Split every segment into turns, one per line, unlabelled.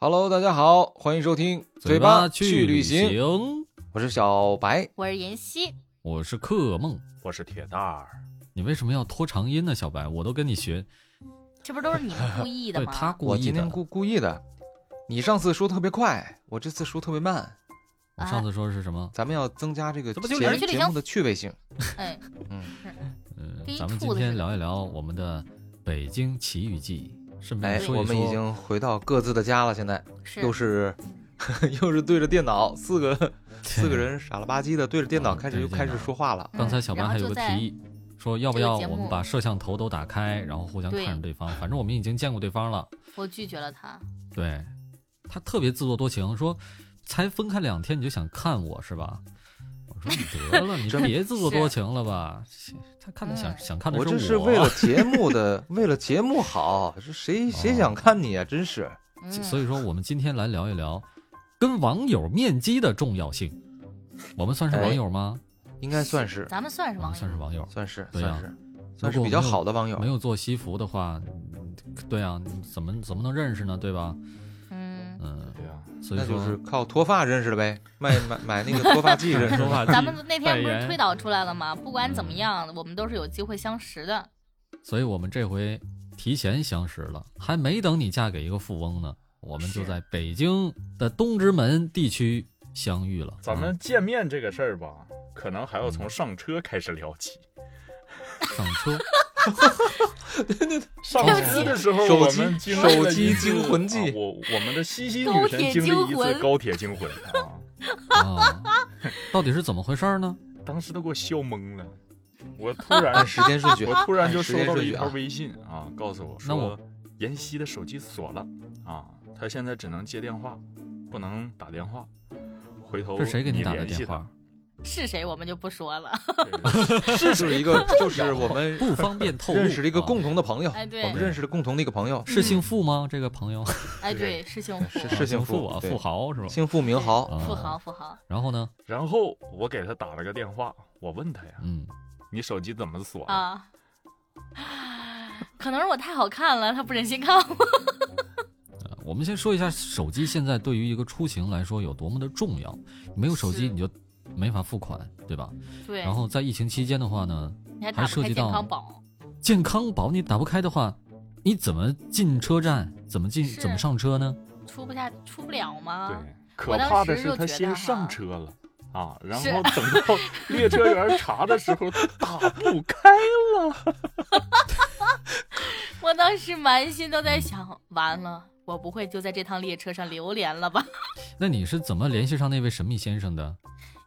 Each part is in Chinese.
Hello，大家好，欢迎收听嘴巴去旅行，
行。
我是小白。
我是妍希，
我是克梦，
我是铁蛋儿，
你为什么要拖长音呢？小白，我都跟你学，
这不都是你们故意的
对
吗？
他故
我
意
今
的
天。故故意的，你上次说特别快，我这次说特别慢，
啊
我上次说的是什么？
咱们要增加这个
这不就
节
是去旅
节
行
目的趣味性。
哎，
嗯，
嗯
跟，一
咱们今
兔子似
天
的
聊一聊我们的北京奇遇记，顺便
哎，
嗯说
我
一
们已
说。
经回到各自的家了，现在
是
又是 又是对着电脑，四 个
对
四个。人傻了吧唧的对着电脑，
嗯
开始
对
又
着
开始
电脑
说话了。
嗯
刚才小白
然后
还有
就
个
在
提议，说要不
这个
要
节
我们
目
把摄像头都打开，然后互相看
对
着对方，反正我们已经见过对方了。
我拒绝了他，
对，他特别自作多情，说才分开两天你就想看我是吧？我说你得了，你
真
别自作
是
多情了吧。他看的想
嗯
想看的
我
是
这是为了节目的， 为了节目好，这
哦
谁谁想看你啊？真是，
嗯，
所以说，我们今天来聊一聊跟网友面基的重要性。我们算是网友
哎
吗？
应该算是
咱们算是
我们
网
算是
友，
网友。
算是
对呀啊
算是算是比较好的网友
没。有做西服的话，嗯对啊，你怎么怎么能认识呢？对吧？
嗯，
嗯，
对啊，
所以
那
说
就是靠脱发认识的呗，卖买买那个脱发剂认识 的。
嗯
咱们那天不是推导出来了吗？不管怎么样，我们都是有机会相识的。
所以我们这回提前相识了，还没等你嫁给一个富翁呢，我们就在北京的东直门地区相遇了。啊
咱们见面这个事儿吧，可能还要从上车开始聊起。
嗯上车，
上车的时候，
手
我
机
们经历了一
手机
次
惊魂记
啊我我们的西西女神经历一次高铁惊魂啊，
啊， 到底是怎么回事呢？
当时都给我笑懵了。我突然
时间顺序，
我突然就收到了一
时间顺序啊
条微信啊，告诉我
那
说
我
妍希的手机锁了啊，她现在只能接电话，不能打电话。回头
是谁给
你
你打的
联系
电
她
话？
是谁我们就不 说了。
就是一个就是我们
不方便透露。
认识了一个
啊
共同的朋友，
哎对
我们认识了共同的一个朋友，
是姓付吗？这个朋友
哎，对，是幸福，
是姓
付啊，
对
富豪是吧？
姓付名豪。
啊
富豪，富豪，
然后呢，
然后我给他打了个电话，我问他呀，
嗯，
你手机怎么锁的？
啊。 可能是我太好看了，他不忍心看我。
呃我们先说一下手机现在对于一个出行来说有多么的重要。没有手机
是
你就没法付款，对吧？
对，
然后在疫情期间的话呢，
你还打
还涉
不开
及
健
到
康宝，
健康宝你打不开的话，你怎么进车站？怎么进？
是
怎么上车呢？
出不下，出不了吗？
对，可怕的是他先上车了啊，然后等 到列车员查的时候，他打不开了。
我当时满心都在想，完了，我不会就在这趟列车上流连了吧？
那你是怎么联系上那位神秘先生的？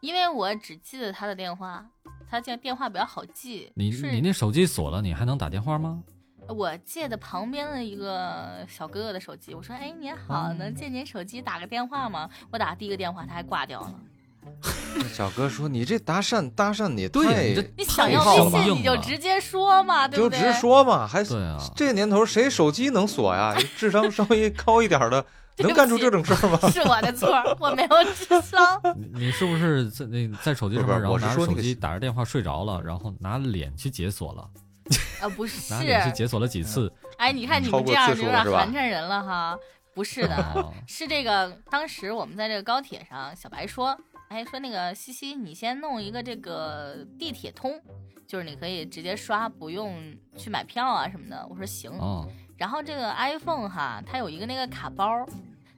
因为我只记得他的电话，他这电话比较好记。
你
是
你那手机锁了，你还能打电话吗？
我借的旁边的一个小哥哥的手机，我说：“哎，您好，能借您手机打个电话吗？”我打第一个电话，他还挂掉了。
小哥说：“你这搭讪搭讪你
对，
太
这
你想
太
要
好
微
了
信，你就直接说嘛，对
就
不对？
直说嘛，还
对啊
这年头谁手机能锁呀？智商稍微高一点的
对不起
能干出这种事儿吗？”
是我的错儿，我没有智商。
你你是不是在那在手机上
不是
面，然后
我是
拿
说
着
那
手
个
机打着电话睡着了，然后拿脸去解锁了，
啊，不
拿脸去
是，
解锁了几次？
哎，你看你
超
们
过
这样
次
就
数了
有点
是吧
寒碜人了哈。不是的，
哦
是这个，当时我们在这个高铁上，小白说，哎，说那个西西，你先弄一个这个地铁通，就是你可以直接刷，不用去买票啊什么的。我说行。
哦，
然后这个 iPhone 哈，它有一个那个卡包，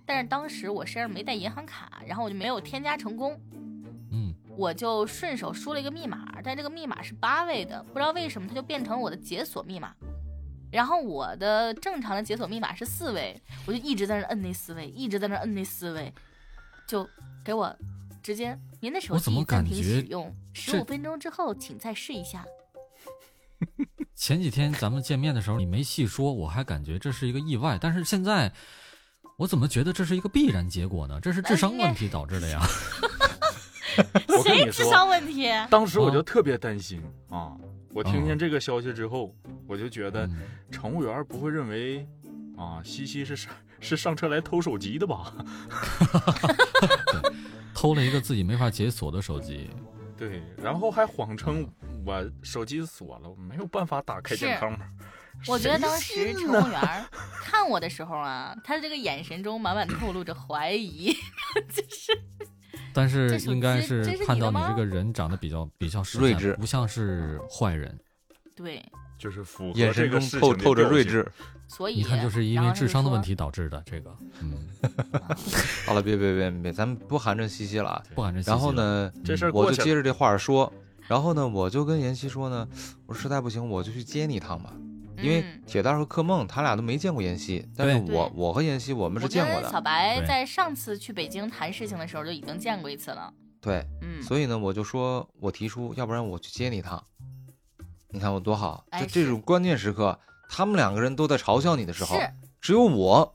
但是当时我身上没带银行卡，然后我就没有添加成功。
嗯，
我就顺手输了一个密码，但这个密码是八位的，不知道为什么它就变成我的解锁密码。然后我的正常的解锁密码是四位，我就一直在那摁那四位，一直在那摁那四位，就给我直接您的手
我怎
机
么
暂
感
停
觉
使用，十
这
五分钟之后请再试一下。
前几天咱们见面的时候你没细说，我还感觉这是一个意外，但是现在我怎么觉得这是一个必然结果呢？这是智商问题导致的呀！
我 跟
谁
你
智
说，
商问题？
当时我就特别担心啊，我听见这个消息之后，我就觉得
嗯
乘务员不会认为啊西西是上是上车来偷手机的吧？
偷了一个自己没法解锁的手机，
对，然后还谎称我手机锁了，我没有办法打开健康码。
我觉得当时
谁信
乘
呢
务员儿看我的时候啊，他的这个眼神中满满透露着怀疑。
但是
这手
应该
机
是
真是你
看
的
到你
吗
这个人长得比较比较识
睿
相
智
不像是坏人。
对，
就是符合
眼
这
神中
个事情
透
的
透着
调
睿
性。
智。
所以
你看，就是因为智商的问
题。
题导致的这个，嗯，
啊
好了，别别别别，咱们不寒碜兮兮了啊。
不敢这。
然后？呢，
这事儿
我
过
就
去
接
了，
着这话说，然后呢，我就跟妍希说呢，我说实在不行，我就去接你一趟吧。因为
嗯
铁蛋儿和柯梦他俩都没见过妍希，但
对
是
对
我我和妍希我们是
我
见过
跟小
的，
白
对
在上次去北京谈事情的时候就已经见过一次了。
对，
嗯，
所以呢，我就说我提出，要不然我去接你一趟，你看我多好，
哎
在这
是
种关键时刻，他们两个人都在嘲笑你的时候
是，
只有我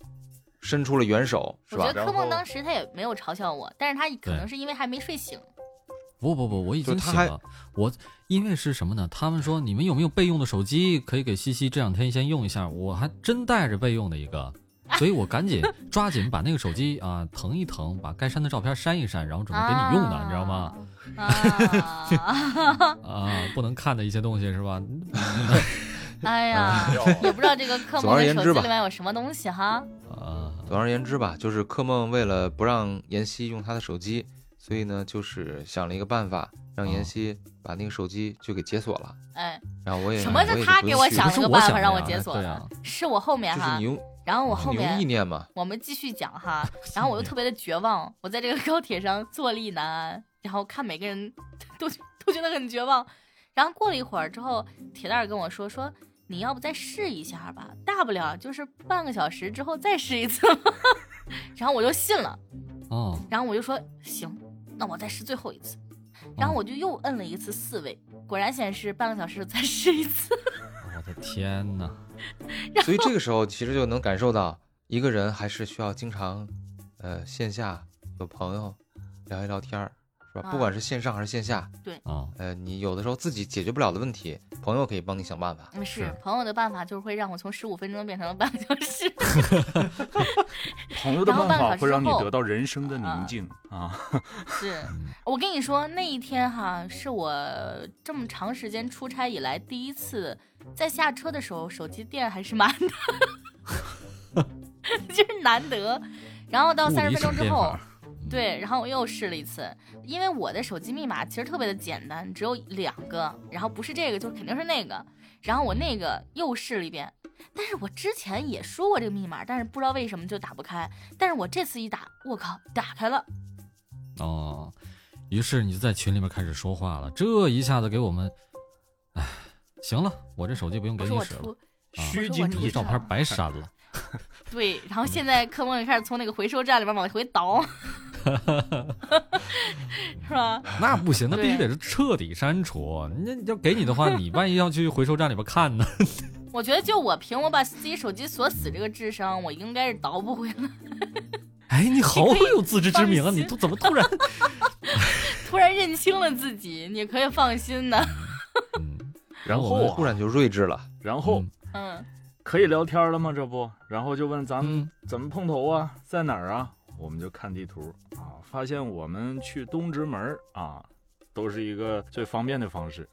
伸出了援手，是
我
吧
觉？得柯
然后
梦当时他也没有嘲笑我，但是他可
对
能是因为还没睡醒。
不不不，我已
就
经
他
醒
还
了。我因为是什么呢？他们说你们有没有备用的手机，可以给西西这两天先用一下。我还真带着备用的一 个，所以我赶紧抓紧把那个手机啊腾一腾，把该删的照片删一删，然后准备给你用的，你知道吗？
啊？啊，
啊，不能看的一些东西是吧？
哎呀，也不知道这个柯
总
梦
而
的
言
手
之
机
吧
里面有什么东西哈。
啊，
总而言之吧，就是柯梦为了不让妍希用他的手机，所以呢，就是想了一个办法，让
哦
妍希把那个手机就给解锁了。
哎，
然后我也
什么
我也
是
就
他
不
给
用
我
去
想
了
不是
了个
我
办
想
法
的
让我
呀
解锁
对
的
啊
是我后面
就是
哈
你，用
然后我
就是
后
你用
面
意念嘛，
我们继续讲哈。然后我又特别的绝望，我在这个高铁上坐立难安，然后看每个人都都觉得很绝望。然后过了一会儿之后，铁蛋儿跟我说说。你要不再试一下吧，大不了就是半个小时之后再试一次嘛。 然后我就信了，
哦，
然后我就说行，那我再试最后一次。然后我就又摁了一次四位，果然显示半个小时再试一次。
我的天哪！
所以这个时候其实就能感受到一个人还是需要经常，呃，线下有朋友聊一聊天儿，是吧？
啊
不管是线上还是线下，
啊，
呃，你有的时候自己解决不了的问题，朋友可以帮你想办法。
嗯，是
是
朋友的办法，就是会让我从十五分钟变成了半个小时。
朋友的
然后半
办
个
法
小时
会让你
之后
得到人生的
啊
宁静啊！
是我跟你说，那一天哈，是我这么长时间出差以来第一次，在下车的时候手机电还是满的， 就是难得。然后到
物
三十
理
分钟
省
之
电
后
法，
对，然后我又试了一次，因为我的手机密码其实特别的简单，只有两个，然后不是这个就肯定是那个，然后我那个又试了一遍，但是我之前也输过这个密码，但是不知道为什么就打不开，但是我这次一打，我靠，打开了，
哦，于是你就在群里面开始说话了，这一下子给我们，哎，行了，我这手机不用
不
给
是
你
我
使了
出，，
啊
虚
我说我
惊
出
你
一
的
事
照
场，
儿
片白删了。
对，然后现在柯梦就开始从那个回收站里边往回倒， 是吧？
那不行，那必须
对
得
啊
是彻底删除。啊那要给你的话，你万一要去回收站里边看呢？
我觉得就我凭我把自己手机锁死这个智商，我应该是倒不回来。
哎，你好有自知之明啊！
放心
你都怎么突然？
突然认清了自己，你可以放心的。
嗯，
然
我
后
们
啊
突然就睿智了，
然
哦
后
嗯，
可以聊天了吗？这不，然后就问咱们
嗯，
怎么碰头啊？在哪儿啊？我们就看地图啊，发现我们去东直门儿啊，都是一个最方便的方式。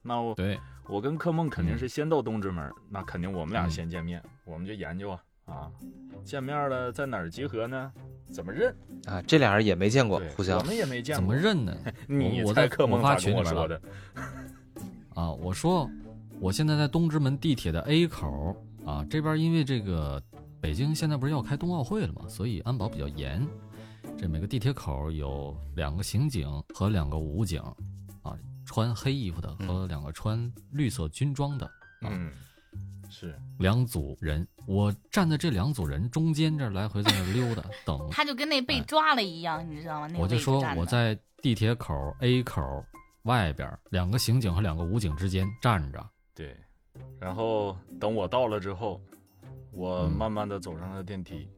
那我
对，
我跟柯梦肯定
嗯
是先到东直门儿，那肯定我们俩
嗯
先见面，我们就研究啊啊，见面了在哪儿集合呢？怎么认？
啊，这俩人也没见过
对，
互相
我。们也没见
怎
过，
么？认呢？
你
我我
猜
在
柯梦
我发
咋跟
群里
我
边
说
了
的？
啊，我说我现在在东直门地铁的 A 口啊，这边因为这个北京现在不是要开冬奥会了嘛，所以安保比较严。这每个地铁口有两个刑警和两个武警，啊，穿黑衣服的
嗯
和两个穿绿色军装的
嗯，是
两组人。我站在这两组人中间，这儿来回在那儿溜 达，等
他就跟那被
哎
抓了一样，你知道吗？那个
我就
位置
说
站
我
的
在地铁口 A 口外边儿，两个刑警和两个武警之间站着。
对。然后等我到了之后，我
嗯
慢慢的走上了电梯，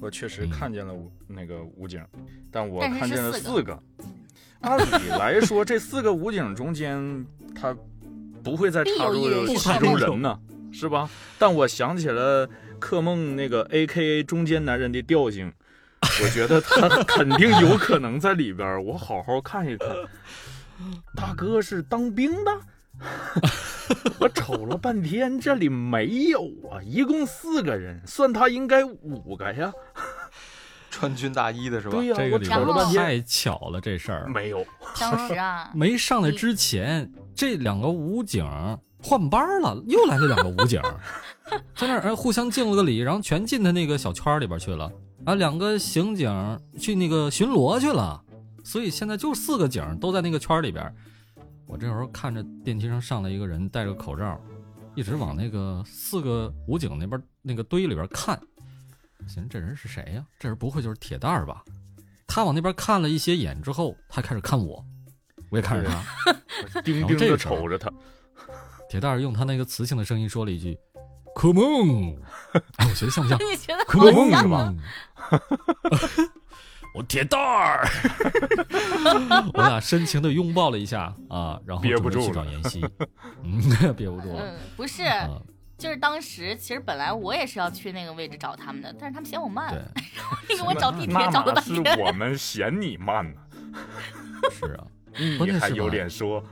我确实
嗯
看见了武那个武警，但我
但是
看
是
见了
四
四个。按理来说，这四个武警中间，他不会再
必
插
有一
入
人
其
是
中
柯
人
梦
呢，是吧？但我想起了克梦那个 A K A 中间男人的调性，我觉 得他肯定有可能在里边儿。我好好看一看，大哥是当兵的， 我瞅了半天，这里没有啊，一共四个人，算他应该五个呀。
穿军大衣的是吧？
对呀、
这
我嗯
个里
瞅
然
了半
后
边
天
太巧了，这事儿，
没有。
当时啊
没上来之前，这两个武警换班了，又来了两个武警，在那儿哎互相敬了个礼，然后全进他那个小圈里边去了。啊，两个刑警去那个巡逻去了，所以现在就四个警都在那个圈里边。我这时候看着电梯上上来一个人，戴着口罩，一直往那个四个武警那边那个堆里边看。寻思这人是谁呀、这人不会就是铁蛋儿吧？他往那边看了一些眼之后，他开始看我，我也看着他。
我盯盯
然后这
的
时候
瞅着他，
铁蛋儿用他那个磁性的声音说了一句：“Come on！” 哎，我觉得像不像
你觉得好
“Come on”
像
是
吗？
吧？我铁蛋儿， 我俩深情的拥抱了一下啊，然后
憋不
准备
住
去找
了
妍 希，嗯， 憋不住了
嗯，不是，
啊，
就是当时其实本来我也是要去那个位置找他们的，但是他们嫌我慢，
对，
给我找地铁
那
找了
哪
半
是
天。
我们嫌你慢呢？
是啊，关
你
键
嗯还
是
有
吧
脸说？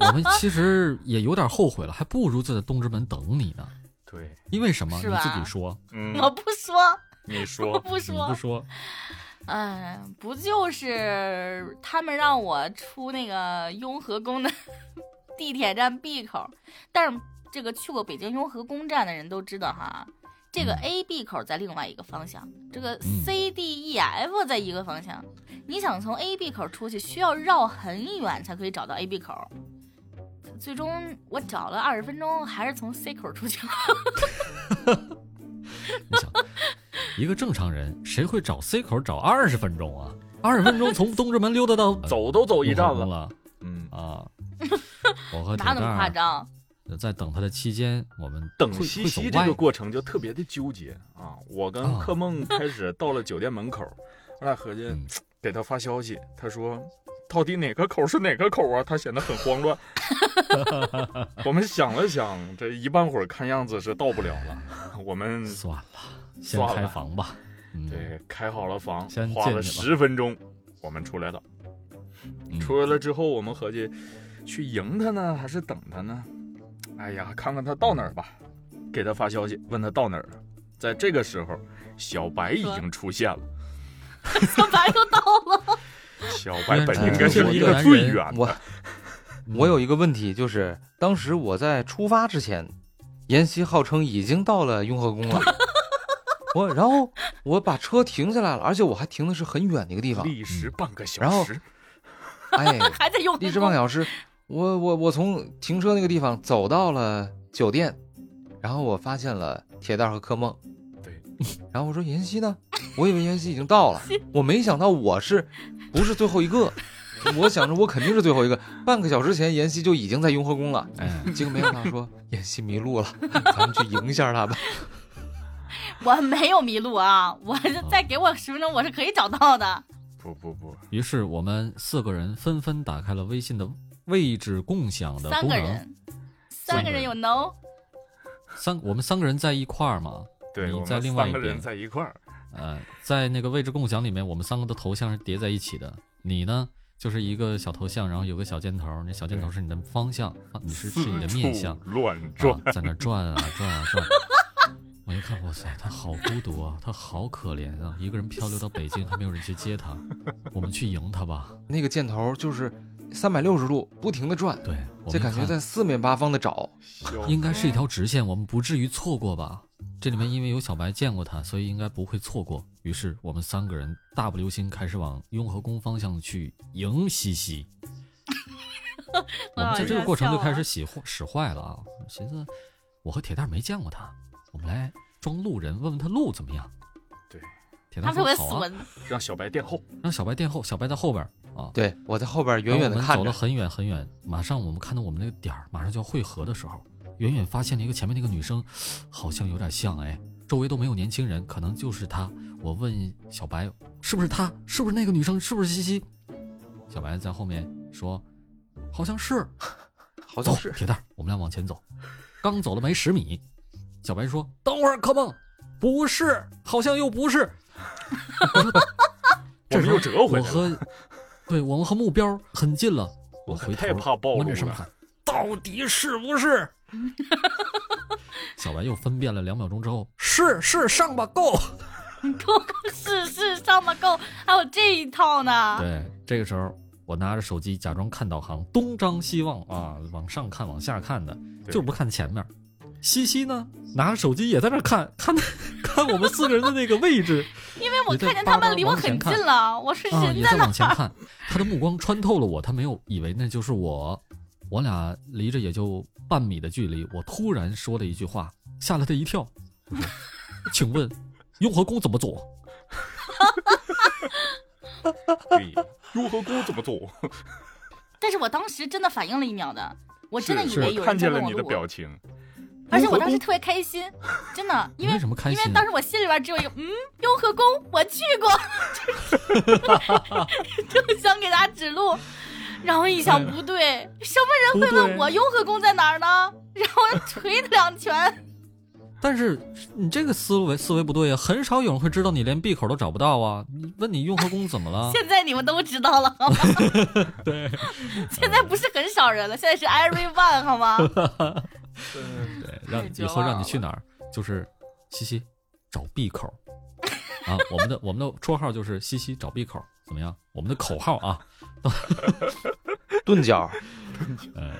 我们其实也有点后悔了，还不如就在东直门等你呢。
对，
因为什么？你
是吧
自己说，
嗯，
我不说，
你
我
说，
不
你
说
不，说，
哎，不就是他们让我出那个雍和宫的 地铁站 B 口？但是这个去过北京雍和宫站的人都知道哈，这个
嗯
A、B 口在另外一个方向，这个
嗯
C、D、E、F 在一个方向。你想从 A、B 口出去，需要绕很远才可以找到 A、B 口。最终我找了二十分钟，还是从 C 口出去了。
你想，一个正常人谁会找 C 口找二十分钟啊？二十分钟从东直门溜达到
走都走一站
雍和宫
了。
了
嗯，
啊！我和铁
哪有那
蛋
么夸
儿
张？啊
在等他的期间，我们
等
会
西
会
西
走
这
歪
个过程就特别的纠结啊！我跟
啊
克梦开始到了酒店门口，我俩合计
嗯
给他发消息，他说到底哪个口是哪个口啊？他显得很慌 乱。我们想了想，这一半会儿看样子是到不了了，我们
算了，先
算了
开房吧。嗯，
对开好了房
先，
花
进
了
去吧
十分钟，我们出来了。
嗯
出来了之后，我们合计去迎他呢，还是等他呢？哎呀，看看他到哪儿吧，给他发消息，问他到哪儿了。在这个时候，小白已经出现了。
小白又到了，
小白本应该是离得最远
我
的，
嗯
我有一个问题，就是当时我在出发之前，妍希号称已经到了雍和宫了， 我然后我把车停下来了，而且我还停的是很远的一个地方，
历时半个
然
小
后
时。
哎，
还在用
一直半个小时，我我我从停车那个地方走到了酒店，然后我发现了铁蛋儿和柯梦，
对，
然后我说妍希呢？我以为妍希已经到了，我没想到我是不是最后一个，我想着我肯定是最后一个，半个小时前妍希就已经在雍和宫了，
哎，
结果没想到说妍希迷 路了，咱们去迎一下她吧。
我没有迷路啊，我是再给我十分钟，我是可以找到的。
不不不，
于是我们四个人纷纷打开了微信的位置共享的
三
功
个
能。
人，三个人有 no，
三，我们三个人在一块儿嘛。
对，
你
我
在
们
另外
三
一
个
边
人在一块儿，
呃，在那个位置共享里面，我们三个的头像是叠在一起的。你呢，就是一个小头像，然后有个小箭头，那小箭头是你的方向，啊你是
四
是你的面相
处，乱
啊
转。，
在那转啊转啊转。 我一看，哇塞，他好孤独啊，他好可怜啊，一个人漂流到北京，还没有人去接他。我们去迎他吧。
那个箭头就是三百六十度不停的转，
对，我
这
们
感觉
看
在四面八方的找，
小
啊应该是一条直线，我们不至于错过吧？这里面因为有小白见过他，所以应该不会错过。于是我们三个人大步流星开始往雍和宫方向去迎西西。我们在这个过程就开始使坏使坏了啊！寻思我和铁蛋儿没见过他，我们来装路人问问他路怎么样。
对，
铁
他
蛋儿
特
说
别
好啊，
损，
让小白垫后，
让小白垫后，小白在后边儿啊。
对我在后边远远的
当
看
我们走了
着，
很远很远，马上我们看到我们那个点儿马上就要汇合的时候，远远发现了一个前面那个女生，好像有点像哎，周围都没有年轻人，可能就是她。我问小白是不是她，是不是那个女生，是不是西西？小白在后面说，好像是。
好像
走，
是
铁蛋儿，我们俩往前走。刚走了没十米，小白说：“等会儿，柯梦，不是，好像又不是。
我
这
们
时
又
候
折
我
回 来了。
和，对我们和目标很近了，我
我
回头
太怕暴
闷
露
着声
了，
喊：“到到底是不是？ 小白又分辨了两秒钟之 后，是是上吧，Go。
够是是上吧够，还有这一套呢。
对，这个时候我拿着手机假装看导航，东张西望啊，往上看，往下看的，
对
就是不看前面。西西呢，拿着手机也在那儿看，看 看我们四个人的那个位置
因为我
你这
看见他
叭叭
们离我
往前
很
看
近了，我 是
啊，
人
也
在
在
那
往前看，他的目光穿透了我，他没有以为那就是我，我俩离着也就半米的距离，我突然说了一句话，吓了他一跳， 我说请问雍和宫怎么走？
对，雍和宫怎么走？
但是我当时真的反应了一秒的，我真的以
是
为有
看
人在
见了
问我
你的
路，
表情，
而且我当时特别开心，真的，因
你
为
为什么开
因
心啊？
为当时我心里边只有一个嗯，雍和宫我去过， 就想给他指路，然后一
哎
想不对，什么人会问我雍和宫在哪儿呢？然后我就捶他两
啊
拳，
但是你这个思维思维不对呀、很少有人会知道你连闭口都找不到啊！你问你雍和宫怎么了？
现在你们都知道了好吗？
对，
现在不是很少人了，现在是 everyone 好吗？
对，让
绝
以后让你
望
去哪儿，就是西西找闭口啊！我们的我们的绰号就是西西找闭口，怎么样？我们的口号啊，
钝角，
呃，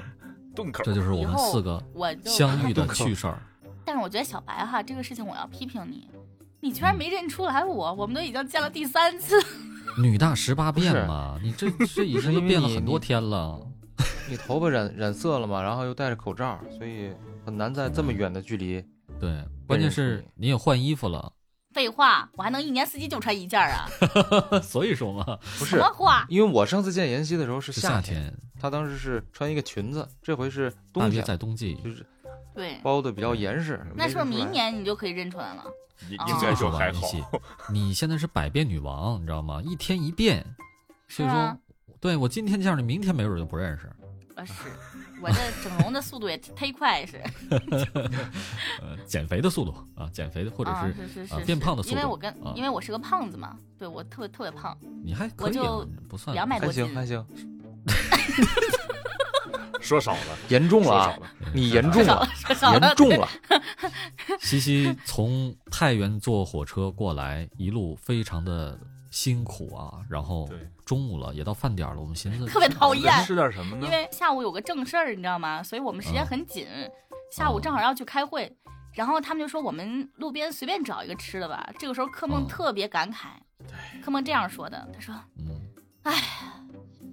洞口
这就是我们
以后
四个
我就
相遇的趣事儿。
但是我觉得小白哈，这个事情我要批评你，你居然没认出来我，我们都已经见了第三次。
女大十八变
不是
嘛，你这这已
不是
经都
因为
变了
你
很
你
多天了。
你头发染染色了嘛，然后又戴着口罩，所以很难在这么远的距离。
对，关键
认识
是
你
你也换衣服了，
废话，我还能一年四季就穿一件儿啊？
所以说嘛，
不是
什么，话？
因为我上次见妍希的时候是
是
夏
夏
天，
天，
她当时是穿一个裙子，这回是
大
冬
约
天，
在冬季。
就是
对，
包的比较严实。
那是不是
没认出来
明？年你就可以认出来了？
应
啊
应该说还好
好，吧你现在是百变女王，你知道吗？一天一变，所以说，
是啊
对我今天叫你，明天没准就不认识。
啊，是，我这整容的速度也忒快是，
呃，减肥的速度啊，减肥的或者
啊
是、
是是
啊
是
变胖的速度
因为我跟
啊
因为我是个胖子嘛，对我特别特别胖，
你还可以、啊
我就，
不算
200
还
多
行还行，
说少了，
严重了
说
啊
少！了，
你严重了
少了，说少了
严
啊
重了，
西西从太原坐火车过来，一路非常的辛苦啊，然后
对
中午了也到饭点了，我们寻思
特别讨厌
吃点什么呢
因？为下午有个正事儿，你知道吗？所以我们时
啊
间很紧，下午正好要去开会，然后他们就说我们路边随便找一个吃的吧。这个时候柯梦
嗯
特别感慨，柯梦这样说的，他说
嗯，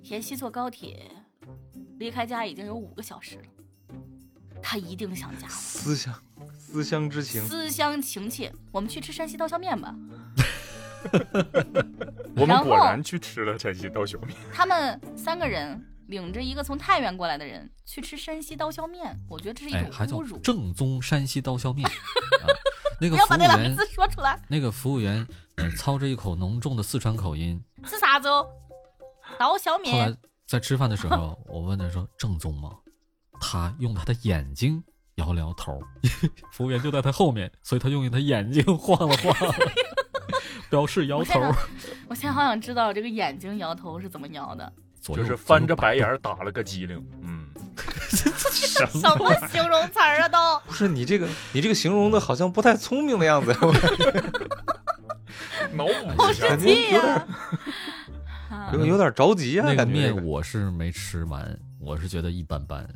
田曦坐高铁离开家已经有五个小时了，他一定想家了，
思乡思乡之情。
思乡情切，我们去吃山西刀削面吧。
我们
然
果
后
然去吃了陕西刀削面，
他们三个人领着一个从太原过来的人去吃山西刀削面，我觉得这是一
哎，
种
还叫
侮辱，
正宗山西刀 削面啊，那
不
个
要
服
把
务
那两个
员
字说出来，
那个服务员呃操着一口浓重的四川口音，
是啥子哦？刀削
后
面
来。在吃饭的时候，我问他说：“正宗吗？”他用他的眼睛摇了摇头， 服务员就在他后面，所以他用他眼睛晃了晃， 表示摇
我
头
现，在我现在好想知道这个眼睛摇头是怎么摇的，
左
就
右
是翻着白眼儿打了个机灵，嗯，
什
什么形容词儿 啊都？
不是你这个，你这个形容的好像不太聪明的样子，
脑补
好
一下
神，
生气呀！啊
有有点着急啊，
那个
感觉这
面
个。
我是没吃完，我是觉得一般般，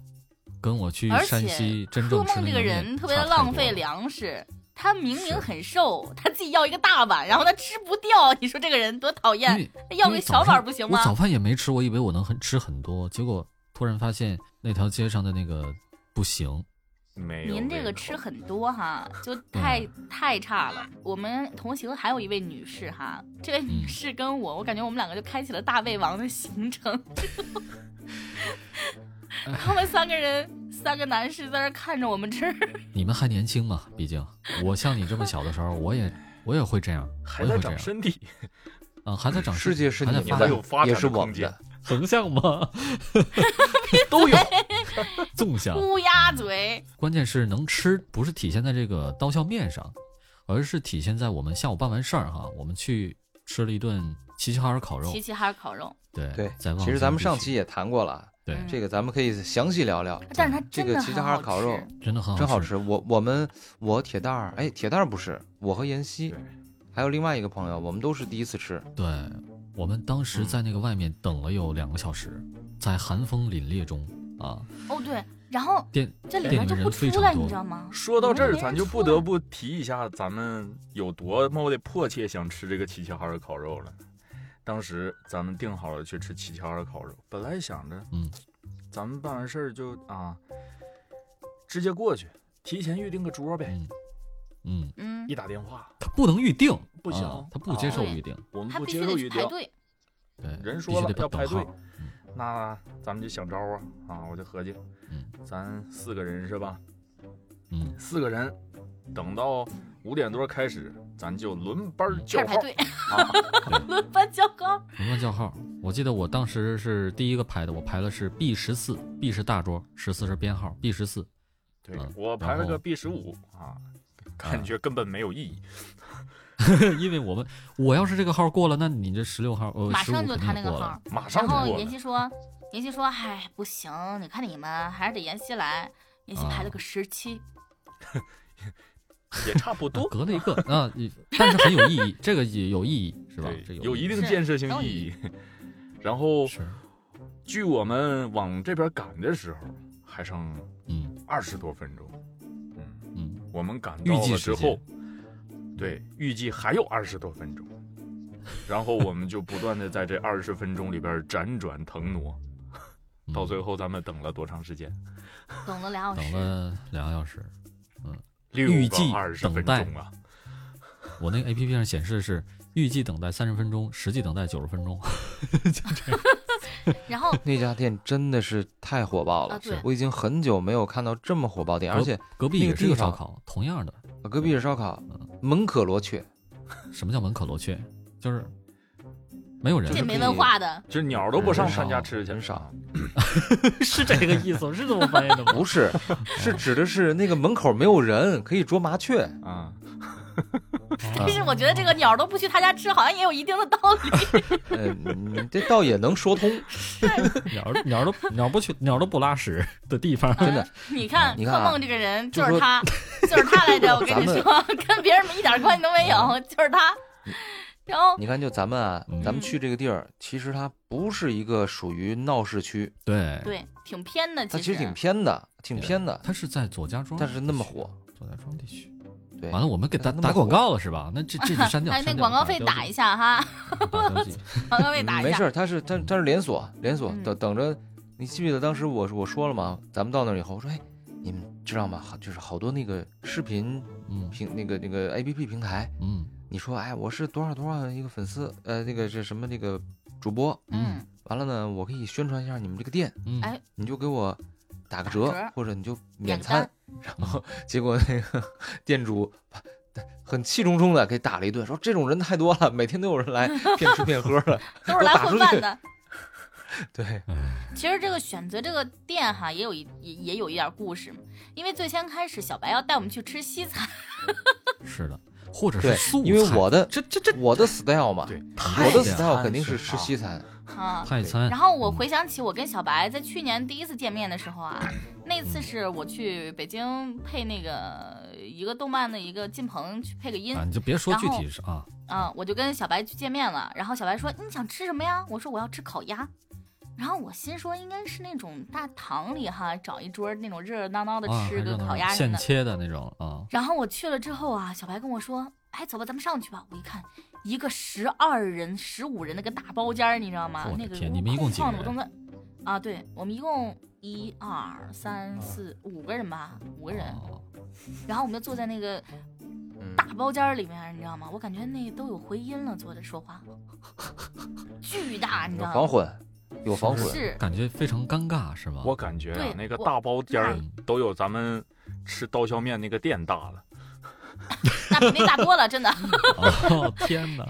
跟我去
而且
山西真
朱
正吃
梦
那
这
个面
个人特别
差
的
太
浪
多
费
了。
粮食，他明
是
明很瘦，他自己要一个大碗，然后他吃不掉，你说这个人多讨
因
厌
为！
他要
因为
个
早
小
上
碗不行
我早
吗？
饭也没吃，我以为我能很吃很多，结果突然发现那条街上的那个不行，
没有
您这
胃
个
口
吃很多哈，就
嗯
太太差了。我们同行还有一位女士哈，这位女
嗯
士跟我，我感觉我们两个就开启了大胃王的行程。 他们三个人，三个男士在那儿看着我们吃，
你们还年轻嘛，毕竟我像你这么小的时候，我也我也会这样，我
还
也
在
会这
长
样
身体，
啊，还在长
世界是
还在
你
发
还
的
有发，展
也是
的
我
空
们
间
的。
横向吗？
都有。
纵向。
乌鸦嘴。
关键是能吃，不是体现在这个刀削面上，而是体现在我们下午办完事儿哈，我们去吃了一顿齐齐哈尔烤肉
齐。齐哈尔烤肉，
对
对
在，望
其实咱
京
们
地
上
区
期也谈过了，啊
对，
嗯
这个咱们可以详细聊聊。
但是它
这
真
个
的
齐齐
很
哈
好
尔
吃。
烤肉
真的很
真好
吃。
吃。我我们我铁蛋儿，哎，铁蛋儿不是，我和妍希
对，
还有另外一个朋友，我们都是第一次吃。
对，我们当时
嗯
在那个外面等了有两个小时，在寒风凛冽中啊，
哦对，然后
店
这里
店
面
里
就
面
不
人非
出
常
来，
多
你知道吗？
说到这
里面
儿，
人
咱就
出
不
来
得不提一下咱们有多么的迫切想吃这个齐齐哈尔烤肉了。当时咱们定好了去吃齐齐哈尔烤肉，本来想着，
嗯，
咱们办完事儿就啊，直接过去，提前预定个桌呗。
嗯嗯，
嗯
一，打电话，
他不能预定，
不行
啊他不接受预定，
我们
他
不
必须
接受
得去
预
排
定，
队。
对，
人
必
说
须
了
得
要
等
排队
号，
那咱们就想招啊啊！我就合计，
嗯，
咱四个人是吧？
嗯，
四个人，等到五点多开始，咱就轮班
嗯
开
叫
始排
号
队，
啊。
轮班叫高。
轮番叫号。我记得我当时是第一个排的，我排的是 B 十四，B 是大桌，十四是编号，B 十四。
对
嗯
我
然
排了
后嗯
个 B 十五啊，感觉根本没有意义。
因为我们我要是这个号过了，那你这十六号呃
马
十五
上就
肯
他
定也
那个
过
号
了。，
马上
然
就
后
过
妍
了，
希说，妍希说，哎，不行，你看你们还是得妍希来。妍希排了个十七，
也差不
啊
多，
隔了一个 啊，也但是很有意义，这个也有意义是吧
对？
这
有
意
一
义
定
是
建设性
都有
意
意
义。然后，
是，
距我们往这边赶的时候，还剩
嗯
二十多分钟。嗯，
嗯，
我们赶
预
到
计
了
时
之
间
后，对，预计还有二十多 分钟。然后我们就不断的在这二十分钟里边辗转腾挪，
嗯
到最后咱们等了多长时间？
等了俩小
等
时。
了两个小时，
六
预
个
计
二十
等
分
待
钟啊！
我那个 A P P 上显示是预计等待三十分钟，实际等待九十分钟。
然后
那家店真的是太火爆了，哦
啊对
我已经很久没有看到这么火爆店，
隔
而且
隔壁
那个
也是个
地方
烧烤，同样的，
隔壁是烧烤
嗯，
门可罗雀，
什么叫门可罗雀？就是没有人
就
这
是，
没
可
文
以
化的，
就鸟都不上
很
他家
少
吃去，
很少
啊
是这个意思，是这么翻译的
不？是，是指的是那个门口没有人，可以捉麻雀。
啊，
但是我觉得这个鸟都不去他家吃，好像也有一定的道理。
呃，你这倒也能说通。
鸟儿鸟儿都鸟儿不去鸟儿都不拉屎的地方，
真的
嗯，你看
你
贺
看啊
梦这个人就
就是说
他，就是他来着。我跟你
咱们
说，跟别人一点关系都没有，就是他。然后
你看，就咱们啊
嗯，
咱们去这个地儿，其实它不是一个属于闹市区，
对，
对，挺偏的，
它
其
其实挺偏的，挺偏的，
它是在左家庄，
但是那么，火。
左家庄地区。
对，
完了，我们给打
那么
打
火
广告了是吧？那这 这得删掉，
哎，那
删掉啊
广告费打一，下哈，
打标记打标记
广告费打
嗯
一
没事
下。
儿，它是它它是连锁，连锁
嗯
等等着。你记不记得当时我我说了吗？咱们到那儿以后，我说哎，你们知道吗？好，就是好多那个视频
嗯
平那个那个 A P P 平台，
嗯
你说哎，我是多少多少一个粉丝，呃，那个是什么那个主播，
嗯，
完了呢，我可以宣传一下你们这个店，
嗯，
哎
你就给我打个
打
折，
折
或者你就免
两个
餐
单。。
然后结果那个店主很气冲冲的给打了一顿，说这种人太多了，每天都有人 来骗吃骗喝的。
都是来混饭的。
对，
其实这个选择这个店哈，也有一也也有一点故事，因为最先开始小白要带我们去吃西餐，
是的，或者是
对
素菜，
因为我的
这这这
我的 style 嘛，
对，
我的
太
style 肯定是吃西餐。
啊，
泰餐
然，后我回想起我跟小白在去年第一次见面的时候啊，那次是我去北京配那个一个动漫的一个进棚去配个音
啊，，你就别说
然
具
后
体是啊，
嗯，我就跟小白去见面了。然后小白说：“你想吃什么呀？”我说：“我要吃烤鸭。”然后我心说应该是那种大堂里哈，找一桌那种热热闹闹的
啊，
吃
还
个
是那
烤
种
鸭什
现
么的。
切的那种啊，
然后我去了之后啊，小白跟我说：“哎，走吧，咱们上去吧。”我一看，一个十二人、十五人那个大包间儿，你知道吗
我？的
那个
天
屋
你们一
空
共几个
旷的我都
人
能啊，对我们一共一二
啊
三四五个人吧，五个人。
哦
然后我们就坐在那个
嗯
大包间儿里面，你知道吗？我感觉那都有回音了，坐着说话，巨大，你知
有
道
防
吗？
混，有防
是
混
不。
是，
感觉非常尴尬是吗？
我感觉啊
对，
那个
我
大包间儿
嗯
都有咱们吃刀削面那个店 大了。
那比那大多了，真的。
哦天 哪，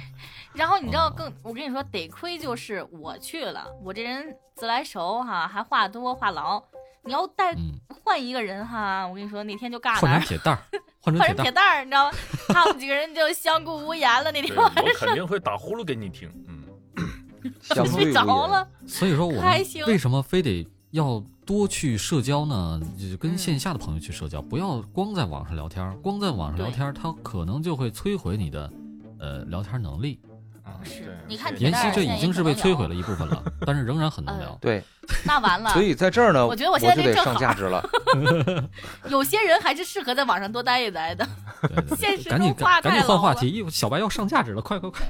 然后你知道
哦
更，我跟你说，得亏就是我去了，我这人自来熟哈，还话多话痨。你要带
嗯，
换一个人哈，我跟你说那天就尬
换
哪
成铁蛋儿，换成
换
铁蛋儿，
成铁蛋儿，你知道吗？他们几个人就相顾无言了。那天
对，
晚
我肯定会打呼噜给你听。嗯，
相
上
对无
睡
言
着了，
所以说我
还
们
行
为什么非得要多去社交呢，就跟
嗯
线下的朋友去社交，不要光在网上聊天儿。光在网上聊
对
天儿，它可能就会摧毁你的呃聊天能力。
啊，
是
对
你看
是
铁
妍
蛋
希
儿
这
现在
已
也
经
不
是
能
被摧
聊
毁了一部分 了，但是仍然很能
呃
聊。
对，
那完了
所，以在这儿呢，
我
我
觉得我现在
就
这
得
正
上
好
价值 了。
有些人还是适合在网上多待一待的。
对对对
嗯现实
赶紧
中话
赶赶
太
紧换
牢
话
了
题，一小白要上价值了，快快 快！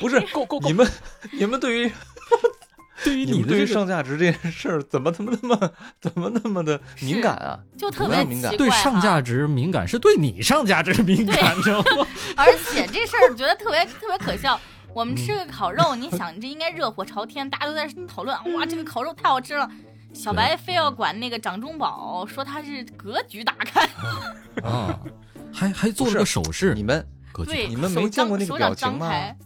不是，你们你们对于
对于
你们
的
对于
这个
上价值这件事儿，怎么他妈那么怎么那么的敏感啊？
就特
不
别
要敏感
奇怪
对
哈
上价值敏感，是对你上价值敏感，你知道吗？
而且这事儿觉得特别 特别可笑。我们
嗯
吃个烤肉，你想这应该热火朝天，大家都在讨论，哇，这个烤肉太好吃了。小白非要管那个掌中宝，说他是格局打开，
哦
啊，还还做
不
了
是
个手势
你，们
格
对，
局
你们没
手
见过那
张
个
手
表
掌
情
张
吗
开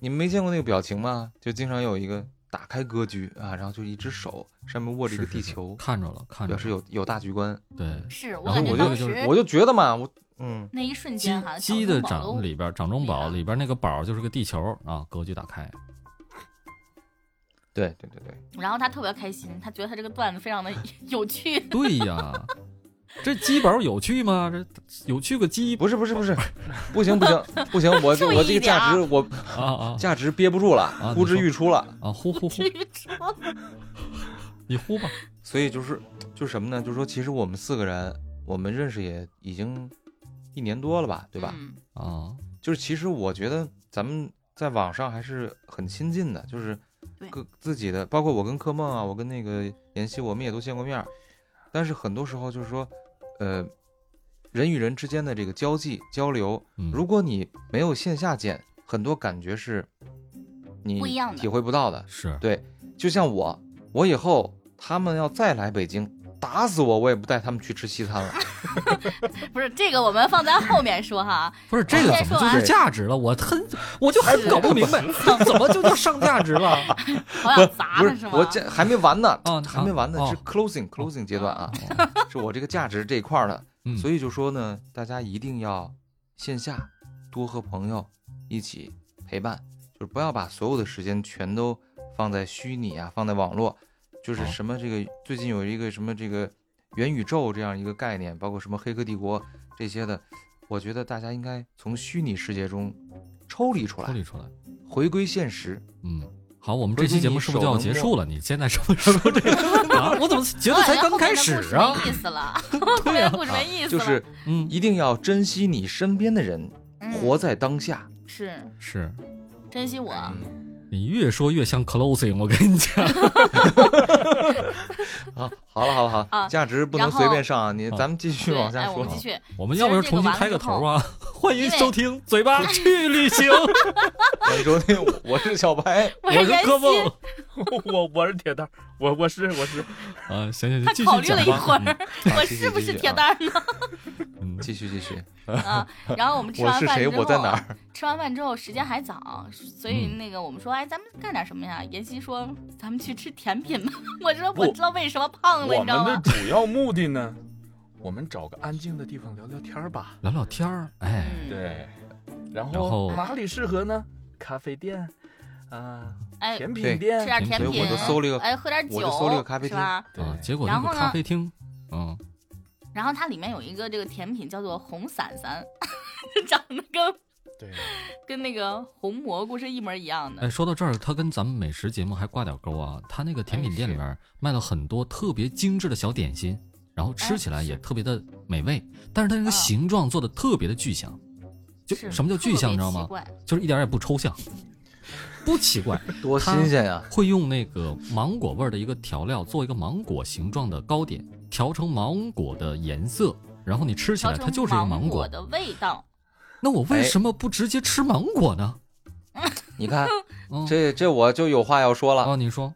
你们没见过那个表情吗？就经常有一个打开格局啊，然后就一只手上面握着一个
嗯是是
地
是
球，
看着了，看着
表
了
示有有大局观。
对。
是我
然
感
后
觉
我
当
就
时
我就觉得嘛，我嗯，
那一瞬
鸡
间哈，
鸡
小
的
笼包
掌
都
里边，掌中宝
那个
里边那个宝就是个地球啊，格局打 开。
对对对对，
然后他特别开心，他觉得他这个段子非 常的有趣，
对呀，这鸡宝有趣吗？这有趣个鸡
不是不是不是，不行不 行不行，我这
注意
我这
一
个
点
价
啊
值我
啊啊
价值憋不住
你
了，呼之
说
欲出了。
啊！呼呼呼
至，于说
你呼吧。
所以就是就是什么呢？就是说，其实我们四个人，我们认识也已经一年多了吧，对吧？
嗯
啊，
就是其实我觉得咱们在网上还是很亲近的，就是
对
各自己的，包括我跟柯梦啊，我跟那个妍希，我们也都见过面儿。但是很多时候就是说，呃，人与人之间的这个交际交流，
嗯，
如果你没有线下见，很多感觉是你
不一样的
体会不到的。
是
对，就像我，我以后他们要再来北京，打死我我也不带他们去吃西餐了。
不是这个，我们放咱后面说哈。
不是这个
先
怎么
说啊
就是
完
价值了？我很我就很搞不明
哎
白，这怎么就叫上价值了？
好想砸
不
他
是
是吗？
我这还没完呢，
哦
还没完呢，
哦
是 closing closing 阶段
哦
啊，是我这个价值这一块儿的。
嗯
所以就说呢，大家一定要线下多和朋友一起陪伴，就是不要把所有的时间全都放在虚拟啊，放在网络，就是
哦
什么这个最近有一个什么这个元宇宙这样一个概念，包括什么《黑客帝国》这些的，我觉得大家应该从虚拟世界中抽离出
抽
来，
离出来。
回归现实。
嗯，好，我们这期节目是不是就要结束了？你现在是不是说这个 啊？我怎么觉得
我感
才
觉
刚
后面
开
的
始
故事
啊？
没意思了， 后
对
面
呀
的、故事没意思
就
了，
是
嗯，
一定要珍惜你身边的人，
嗯
活在当下。
是
是
珍惜我。
嗯
你越说越像 closing，我跟你讲，
啊，好了好了好
啊
了，价值不能
然后
随便上啊！
嗯
你
啊
咱们继续
对，
往下
哎，我
说啊
们。继续。
我们要不要重新开个头啊？ 欢迎
因为嗯
收听《嘴巴去旅行》，
欢迎收听， 我是小白。
我
我
是
是
妍
柯梦
希，
我我是铁蛋儿，我我是我是
啊，行行
他
行，继续
考虑
讲
了一
吧
会儿， 我
继续
是不
继
是
续
铁
啊
蛋儿呢？
嗯，
继续继续，
啊，然后我们吃
我
完
是
饭
谁？
之后，
我在 哪儿？
吃完饭之后时间还早，所以
嗯
那个我们说，哎，咱们干点什么呀？妍希说，咱们去吃甜品吧。 我说
不
我知道为什么胖了，
我
你
们
知道
的
吗？
主要目的呢， 我们找个安静的地方聊聊天儿吧。
聊聊天儿，哎，
嗯，
对，然后
然后
哪里适合呢？咖啡店，啊、
哎，吃
甜
对
品店，
点甜
所以
品，
我就搜了一个
哎，喝点酒，
我就搜了一个咖啡
是吧？
对
啊，结果那
嗯然
个
后呢
咖啡厅，嗯，
然后它里面有一个这个甜品叫做红伞伞， 长得跟
对，
跟那个红蘑菇是一模一样的
哎，。说到这儿，它跟咱们美食节目还挂点钩啊。它那个
哎
甜品店里边卖了很多特别精致的小点心，然后
哎
吃起来也特别的美味，但是它那个
啊
形状做的特别的具象，就是什么叫具象，你知道？
特别奇
吗？
怪
就是一点儿也不抽象，不奇怪。
多
他
新鲜呀！
会用那个芒果味儿的一个调料做一个芒果形状的糕点，调成芒果的颜色，然后你吃起
调
来
成
它就是一个
芒
芒果。
的味道。
那我为
哎
什么不直接吃芒果呢？
你 看，
嗯，
哎这这我就有话要说了。
哦，你说，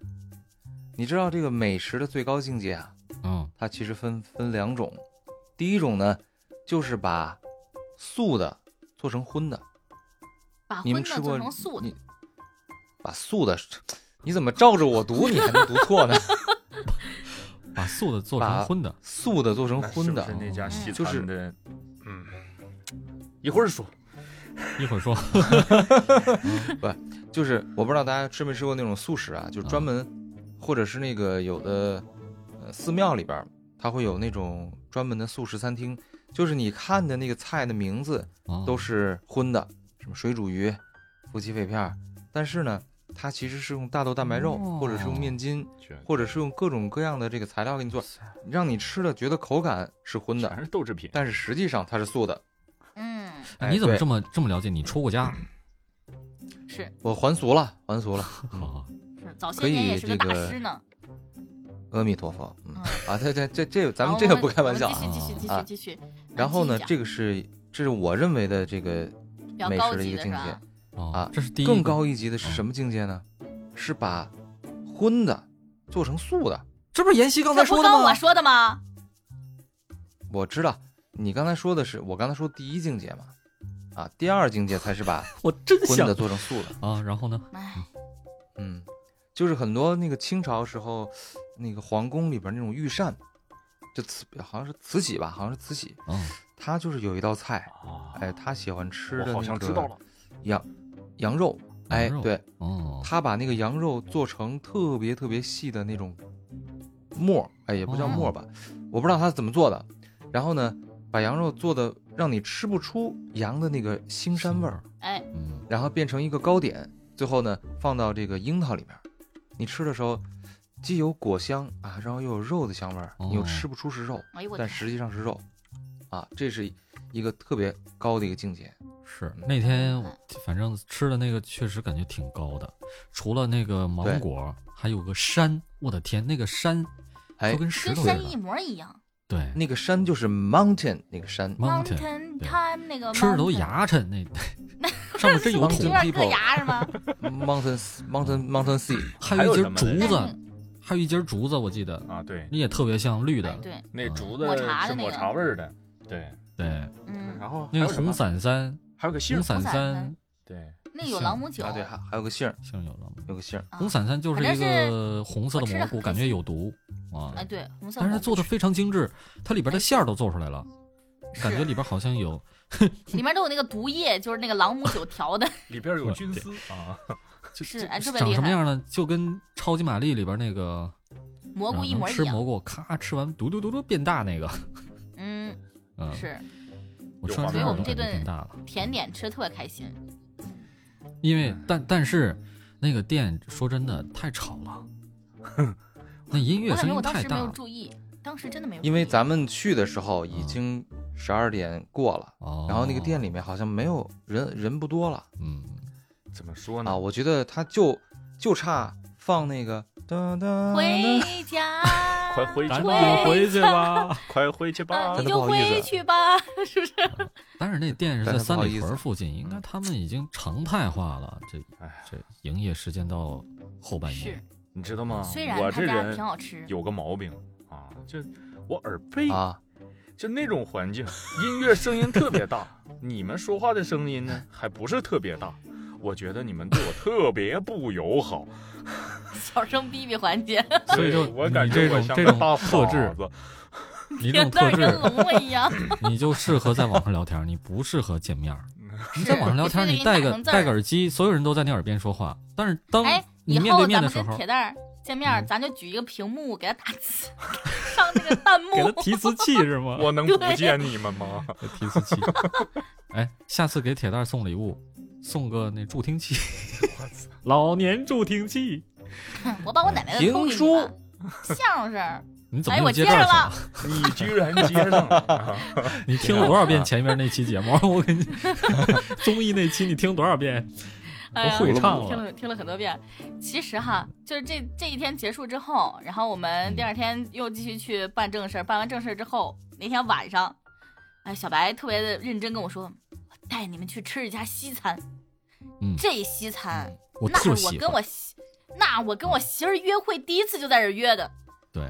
你知道这个美食的最高境界啊，
嗯
它其实分分两种。第一种呢，就是把素的做成荤的，
把
你们
荤的
吃
做
过
成素的
你，把素的，你怎么照着我读，你还能读错 呢？
把素的做成
把
荤的，
素的做成
那是
荤
不
的
是，那家西
就
餐
是
的？嗯，一会儿说。
一会儿说。
就是我不知道大家吃没吃过那种素食啊，就是专门，或者是那个有的，呃，寺庙里边儿它会有那种专门的素食餐厅，就是你看的那个菜的名字
啊，
都是荤的，什么水煮鱼、夫妻肺片儿，但是呢，它其实是用大豆蛋白肉，或者是用面筋，
全
或者是用各种各样的这个材料给你做，让你吃了觉得口感是荤的
全，是豆制品。
但是实际上它是素的。
嗯，
哎
哎
你怎么
对
这么这么了解？你出过家？
是
我还俗了，还俗了，
啊
是，早些
可以
年也是个
这
大
个
师呢。
阿弥陀佛。嗯
嗯
啊，这这这这，咱
好
们
我
这个不开玩笑
我
啊。
们继续继续继
啊
续继续。嗯
然后呢，
继续
这个是这是我认为的这个
讲比较
美
高
食的
级
一
的
个
是
境
吧？
啊
啊，
这是第一
更
个
高一级的是
嗯
什么境界呢？是把荤的做成素的。
这不是妍希刚
这不刚我？说的吗？
我知道你刚才说的是我刚才说第一境界嘛，啊，第二境界才是 把
我真
荤
想
的做成素的。
啊，然后呢？
哎，
嗯，就是很多那个清朝时候那个皇宫里边那种御膳，就慈好像是慈禧吧，好像是慈禧，
嗯，
她就是有一道菜，
啊，
哎，她喜欢吃的
我好像知道了，
羊羊肉，哎
羊肉，
对，
哦，
他把那个羊肉做成特别特别细的那种沫儿，哎，也不叫沫儿吧，我不知道他怎么做的。然后呢，把羊肉做的让你吃不出羊的那个腥膻味儿，，
哎，
嗯，
然后变成一个糕点，最后呢放到这个樱桃里边儿，你吃的时候既有果香啊，然后又有肉的香味儿，
哦
你又吃不出是肉，
哎呦我的
但
天
实际上是肉，啊，这是一个特别高的一个境界。
是那天
嗯
我反正吃的那个确实感觉挺高的，除了那个芒
对
果，还有个山，我的天，那个山
哎
就，跟石
跟
头似
山一
的，
模一样。
对
那个山就是 mountain 那个山，
，mountain，对
time 那个
吃的都
mountain
牙碜，那 上面真有
你
土
就
桶，
让硌牙是吗？
Mountain Mountain Mountain Sea，
还有一
还有
节
什么
竹
来
但
子，
是
还有一节竹子，我记得
啊，对，
那也特别像绿
哎
的，
对，
那竹子
抹茶的
是
那个
抹茶味儿的，对，
对，
嗯，
然后还
那
有
个
什么
红
嗯
伞山，
还有个
红
杏儿，
伞
伞
山
山，
对，
那有朗姆酒
啊，，对，还还有个姓儿，
像有了吗？
有个姓儿，
啊
红伞伞就是一
反
个红色的
我吃
蘑
得
菇，
很
感觉有毒啊，
哎对，红色
但是它
火
做的非常精致，它里
哎
边的馅儿都做出来了，
是
感觉里边好像有
里面都有那个毒液，就是那个朗姆酒 调的，
里边有菌丝啊，
是哎特别
长
厉
什么
害，
样呢？就跟超级玛丽里边那个
蘑菇
嗯
一
能
模一
吃
样。
蘑菇，咔吃完嘟嘟嘟嘟变大那个，
嗯，
嗯，
是
我吃完
所以
饭
我
都感
们
觉
这顿
变大了，
甜点吃的特别开心。
因为
嗯
但但是那个店说真的太吵 了，那音乐
我感
声
觉我
音
当
太
时没
大
有
了
注意，当时真的没有注意。
因为咱们去的时候已经十二点过了，
哦，
然后那个店里面好像没有人，人不多了
嗯
怎么说
啊，
呢？，
我觉得他就就差放那个哒哒哒，
回家
快回去
咱
吧
就回
去 吧。
快回去吧
啊，
真
你
的
就
不好意思
回去吧，是不是？
但是那店是
但
在
是不
三
好
里
意思
屯附近，应该他们已经常态化了。这
哎
这营业时间到后半夜
是，，
你知道吗？
嗯虽然
我
他
这
家
人
挺好吃，
有个毛病啊，就我耳背，
啊，
就那种环境，音乐声音特别大，你们说话的声音呢还不是特别大，我觉得你们对我特别不友好，
小声逼逼环节，
所以就
我
你
感
这
觉我
种
像
这
个
种
大
特
傻
质
子。
你这
天
种
呐，
特
跟
质，
龙了一样。
你就适合在网上聊天，你不适合见面儿。 你在网上聊天，
必须得
你戴
给
个
你打成字儿
戴个耳机，所有人都在你耳边说话，但是当
哎，
你
以
面对
后
面的
咱们
时
跟
候，嗯
铁蛋儿见面儿，咱就举一个屏幕给他打字， 上那个弹幕
给。他提词器是吗？
我能不见你们吗？
给提词器。哎，下次给铁蛋儿送礼物，送个那助听器，老年助听器。
我把我奶奶的
评
偷给
书
你吧。相声，
你怎么
哎，
又
我
接
接
到
上
了？
了，
你居然接上 了，啊
你 听了多少遍前面那期节目？ 我跟你综艺那期你听多少遍？
哎呀，
都会唱了
听了听了很多遍。其实哈，就是这这一天结束之后，然后我们第二天又继续去办正事儿，办完正事儿之后，那天晚上，哎，小白特别的认真跟我说，我带你们去吃一家西餐，
嗯
这西餐。
我
那是
特
我
喜
跟
欢。
我媳，那我跟我媳妇儿约会第一次就在这儿约的。
对，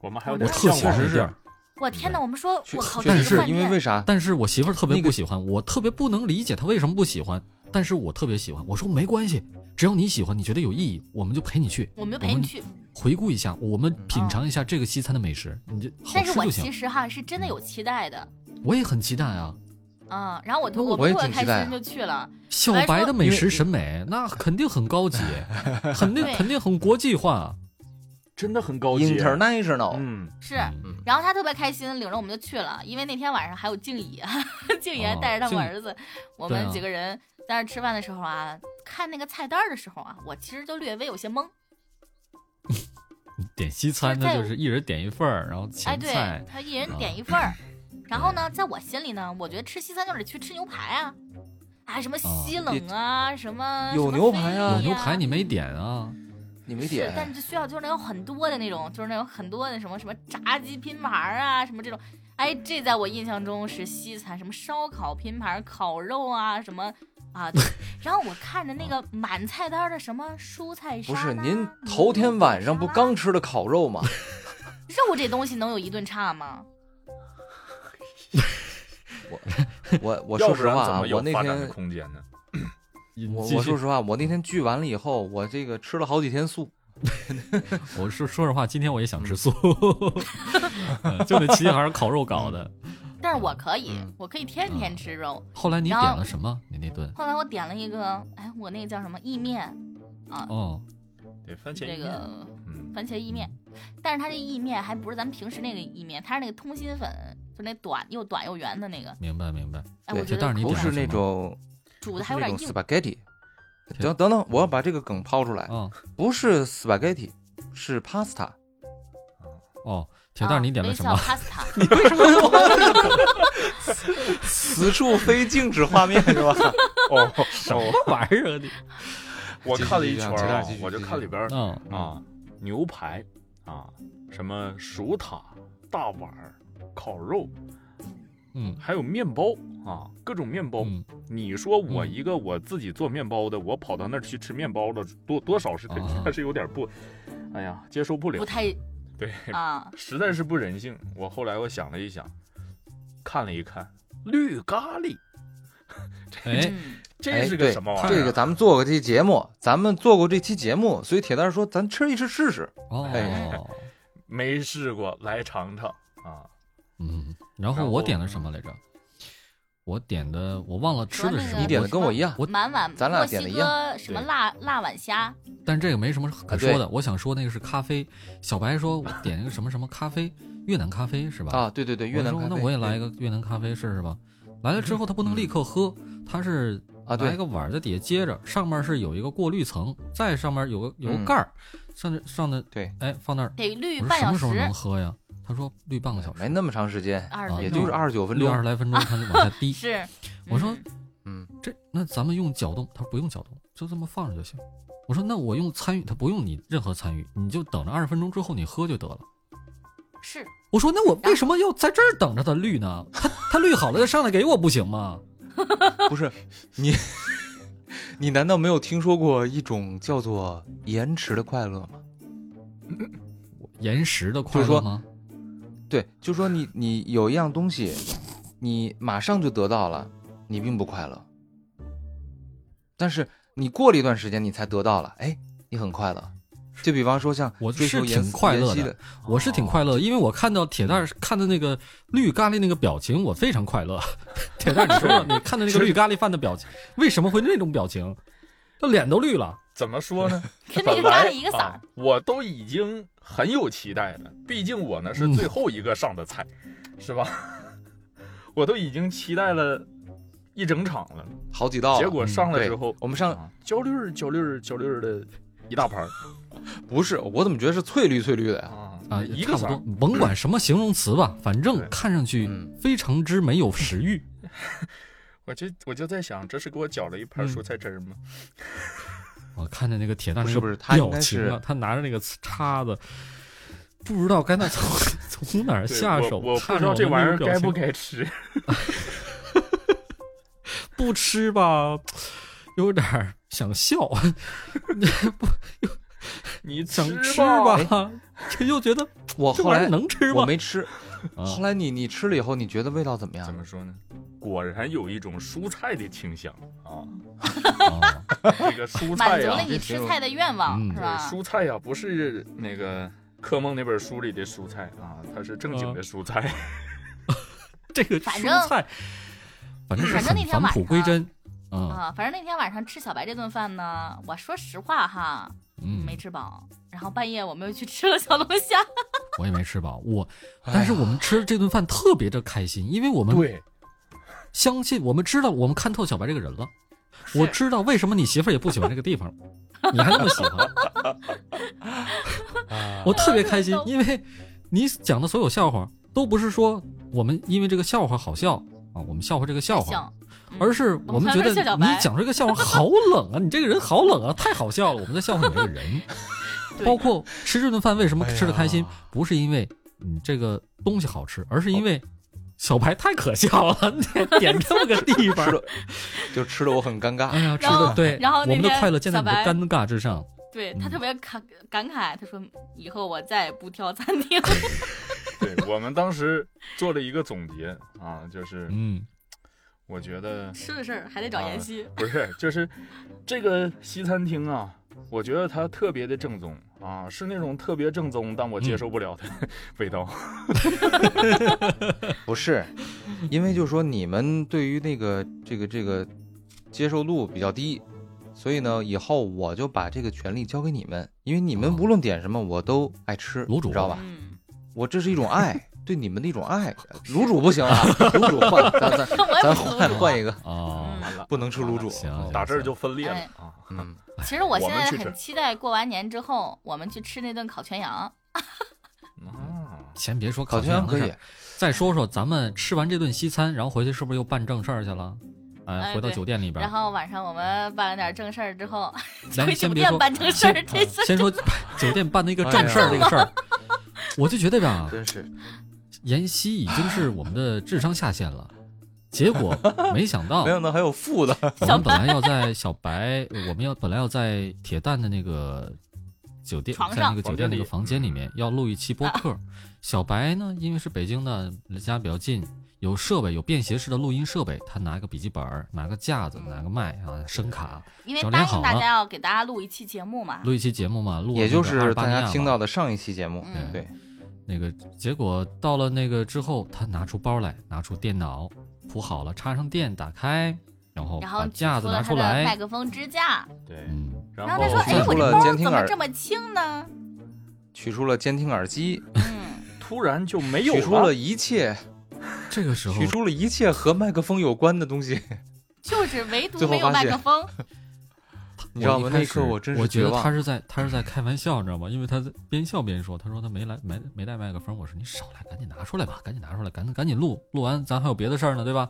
我们还有
我
点
特
向
喜欢
往
确
这
实
地
是
儿，
我天哪！我们说，
确
我靠，
确
但
这
实是
个饭
因为为
店
啥？
但是我媳妇儿特别
那
不
个
喜欢，我特别不能理解她为什么不喜欢，但是我特别喜欢。我说没关系，只要你喜欢，你觉得有意义，我们就陪你去，
我们就陪你去。
回顾一下，我们品
嗯
尝一下这个西餐的美食，你就好
但是
吃
我
就
其
行。
实哈是真的有期待的
我也很期待啊，
啊，然后我就
那
我
我也
破
挺
开
期待啊
心就去了，
小白的美食审美那肯定很高级，肯定
对
肯定很国际化。
真的很高级。
，international，
嗯，
是。
嗯
然后他特别开心，领着我们就去了，因为那天晚上还有静怡，啊 静怡还带着他
哦静
们儿子，我
对
们
啊
几个人在那儿吃饭的时候啊，看那个菜单儿的时候啊，我其实就略微有些懵，
点西餐
就是
那
在
就是一人点一份儿，然后
哎，
前
对
菜，
他一人
啊
点一 份儿。然后呢，在我心里呢，我觉得吃西餐就得去吃牛排啊，啊，什么西冷啊，什么
有
什么
牛排啊
菲力
哦有牛排你没点啊？
你没
是
点，，
但是需要就是那种很多的那种，就是那种很多的什么什么炸鸡拼盘儿啊，什么这种。哎，这在我印象中是西餐，什么烧烤拼盘儿、烤肉啊，什么啊。然后我看着那个满菜单儿的什么蔬菜沙
不
拉，嗯
是您
牛
头天晚上不
沙拉
刚吃的烤肉吗？
肉这东西能有一顿差吗？
我我
要
说
不
实
然
话
怎
啊
么，有
我那
发展的
天
空间呢？
我
继
我
续
说实话，我那天聚完了以后，我这个吃了好几天素，
我说说实话，今天我也想吃 素，嗯就那齐齐哈尔烤肉搞的。
但是我可以，
嗯
我可以天天吃肉。
后来你点了什么？你那顿？
后来我点了一个，哎，我那个叫什么意面，
哦，
对，番茄
这
意面，
个
嗯，
番茄意面，但是它这意面还不是咱们平时那个意面，它是那个通心粉，就那短又短又圆的那个。
明白明白。
哎，
对
我觉
这袋
得
儿你
口
不
点
是
了
感
那种
煮
不
的
是
还有
那
点
种
硬，
spaghetti。等等等，我要把这个梗抛出来，
哦
不是 spaghetti，是 pasta。
哦，铁蛋儿你点了什么
啊？微笑 pasta，
你 为什么要往这个此处非静止画面是吧？
哦 哦，
玩意儿啊你？
我看了一圈
鸡蛋
儿啊
鸡蛋，
我就
鸡蛋
看里边儿
嗯，
啊，牛排啊，什么薯塔、大碗儿、烤肉，
嗯
还有面包啊，各种面包。
嗯，
你说我
嗯
一个我自己做面包的，我跑到那儿去吃面包了，多多少是
啊
还是有点不，哎呀，接受不了
不， 太
对，
啊，
实在是不人性。我后来我想了一想，看了一看，绿咖喱，
哎，
嗯，
这
哎，
是
对，
个什么玩意儿啊？
这个咱们做过这节目，咱们做过这期节目，所以铁蛋儿说咱吃一吃试试。
哦
哎，没试过，来尝尝啊！
嗯，然
然
后
后
我点了什么来着？我点的我忘了吃的是什
什
么，
么
嗯
你点的跟我一样，
我
满碗
咱俩
墨西
点的一
哥什么辣辣碗虾，
但这个没什么可说的。我想说那个是咖啡，小白说我点一个什么什么咖啡，越南咖啡是吧？
啊，对对对，越南
我
咖
说
啡。
那我也来一个越南咖啡试试吧。来了之后，他不能立刻喝，他是
啊，
拿一
对，
个碗儿在底下接着，上面是有一个过滤层，再上面有个有个
嗯
盖儿，上那上的
对，
哎放那儿。
得绿
我说
半
什
小
么时候能
时，
喝呀？他说滤半个小
没
时，
那么长时间，
二
啊
十
也
分
就
钟
是二十九分
滤
钟
二。十来分钟，它就往下滴。
是。
我说
嗯
嗯，
这那咱们用搅动，他说不用搅动，就这么放着就行。我说那我用参与，他不用你任何参与，你就等着二十分钟之后你喝就得了。
是
我说那我为什么要在这儿等着它滤呢？它它滤好了再上来给我不行吗？
不是你， 你难道没有听说过一种叫做延迟的快乐吗？
延时的
就
快
是说
乐吗？
对，就说你你有一样东西，你马上就得到了，你并不快乐。但是你过了一段时间，你才得到了，哎，你很快乐。就比方说像
我
追
是
求
挺
妍希
快乐
妍希
的
的，
我是
哦
挺快乐，因为我看到铁蛋
嗯
儿看的那个绿咖喱那个表情，我非常快 乐。铁蛋儿，你说说，你看到那个绿咖喱饭的表情，为什么会那种表情？这脸都绿了。
怎么说 呢？
跟那
本
个咖
来
喱一个色儿
啊，我都已经很有期待了，毕竟我呢是
嗯
最后一个上的菜，是吧？ 我都已经期待了一整场了，
好几
哦
道了。
结果上来
对
之后，
我们
嗯
上
啊焦绿儿焦绿儿焦绿儿的一大盘儿
不是，我怎么觉得是翠绿翠绿的呀？
啊
啊，
一
也
个
差
色
不
儿
多，，甭管什么形容词吧，反正
对
看上去
嗯
非常之没有食欲。
我就我就在想，这是给我搅了一盘
嗯
蔬菜汁儿吗？
我看见那个铁蛋
不是
那个
不是他应
表
该
情
是
啊，他拿着那个叉子，不知道该那 从从哪儿
对
下手。
我我不
看
知
着
道
我
这
那
玩意
种
儿
表
该
情
不该吃，
不吃吧，有点儿想笑，
你
想吃
吧。
吧， 这又觉得
我
这
后
玩意
来
儿能吃
我
吗？
没吃，
啊
后来你你吃了以后，你觉得味道怎么
怎
样？
么说呢？果然有一种蔬菜的清香啊！
啊
这个蔬
满
菜
足
呀、
了你吃菜的愿望
嗯，
是
对，
吧？
蔬菜呀、不是那个科梦那本书里的蔬菜啊，它是正经的蔬菜。
这个
反
蔬
正
菜，反反正是
反正那
很
天
返
晚
璞归
上
真啊，
啊、反正那天晚上吃小白这顿饭呢，我说实话哈，
嗯，
没吃饱。然后半夜我们又去吃了小龙虾，
我也没吃饱，我
哎
但是
呀
我们吃这顿饭特别的开心，因为我们
对，
相信我们知道我们看透小白这个人了，
是
我知道为什么你媳妇儿也不喜欢这个地方，你还那么喜 欢，
啊
我特别开心
哎，
因为你讲的所有笑话都不是说我们因为这个笑话好笑啊，我们笑话这个笑 话，
像，嗯
而是我们觉得
我们看看笑小
你
白
讲这个笑话好冷啊，你这个人好冷啊，太好笑了，我们在笑话你这个人。
对
包括吃这顿饭为什么
哎呀
吃的开心，不是因为你这个东西好吃，而是因为小白太可笑了，点点这么个地方
吃。的就吃的我很 尴
哎
尬。
呀，吃
然
的
后
对，
然后
我
那
们的
天
快乐建在
小
你的
白
尴尬之上。
对他
嗯
特别感感慨，他说以后我再也不挑餐厅。
对我们当时做了一个总结啊，就是
嗯，
我觉得
吃的事儿还得找
啊
妍希，
不是，就是这个西餐厅啊，我觉得它特别的正宗啊，是那种特别正宗，但我接受不了的 味道。
不是，因为就是说你们对于那个这个这个接受度比较低，所以呢，以后我就把这个权利交给你们，因为你们
哦
无论点什么我都爱吃，
卤煮
知道吧？
嗯，
我这是一种爱，对你们的一种 爱。卤煮不行啊，卤煮换咱咱
我也
咱
不嗯
换
懂
换 一个，
哦，
完了，
不能吃卤煮。
行行
打这儿就分裂了
哎
啊！
嗯，
其实我现
我们
在
去吃
很期待过完年之后，我们去吃那顿烤全羊。
啊，
先别说
烤全
全
羊
羊的
可
事
以
儿，，再说说咱们吃完这顿西餐，然后回去是不是又办正事儿去了？哎，
哎
回到
对
酒店里边
然，后晚上我们办了点正事儿之后，
咱
回
先
酒
别
店
说
办正事儿，这事儿
先说酒店办的一个正事儿这个事儿，我就觉得吧，
真是
妍希已经是我们的智商下限了，结果没想到
没想到还有负的。
我们本来要在小白，我们要本来要在铁蛋的那个酒店，
床
在
上
那个酒店
房间
那
里
个房间里面要录一期播客。小白呢，因为是北京的，离家比较近，有设备，有便携式的录音设备，他拿个笔记本儿，拿个架子，拿个麦啊，声卡，
因为
小
答
林好
应大
了
家要给大家录一期节目嘛，
录一期节目嘛，录
也就是大
那个阿尔巴尼亚
家
嘛
听到的上一期节目，
嗯
对，
那个结果到了那个之后，他拿出包来，拿出电脑铺好了，插上电，打开，然后
然后
把
举
架子
出了
拿
他
出
的麦
来，
克风支架，
对，
嗯，
然
后
后
他说：“哎，
放出
我这
了
包
监听
怎么
耳
这么 轻呢
取出了监听耳机，？”
嗯，
突然就
哎
没有
取出了一切，
这个时候
取出了一切和麦克风有关的东西，
就是唯独
最后
没有
发
麦
现
克风，
你知道吗？
我
那
一
一
开始
刻我真
我
是
觉
绝
得他
望。
是在他是在开玩笑，你知道吗？因为他在边笑边说，他说他没来没没带麦克风，我说你少来，赶紧拿出来吧，赶紧拿出来，赶紧赶紧录，录完咱还有别的事儿呢，对吧？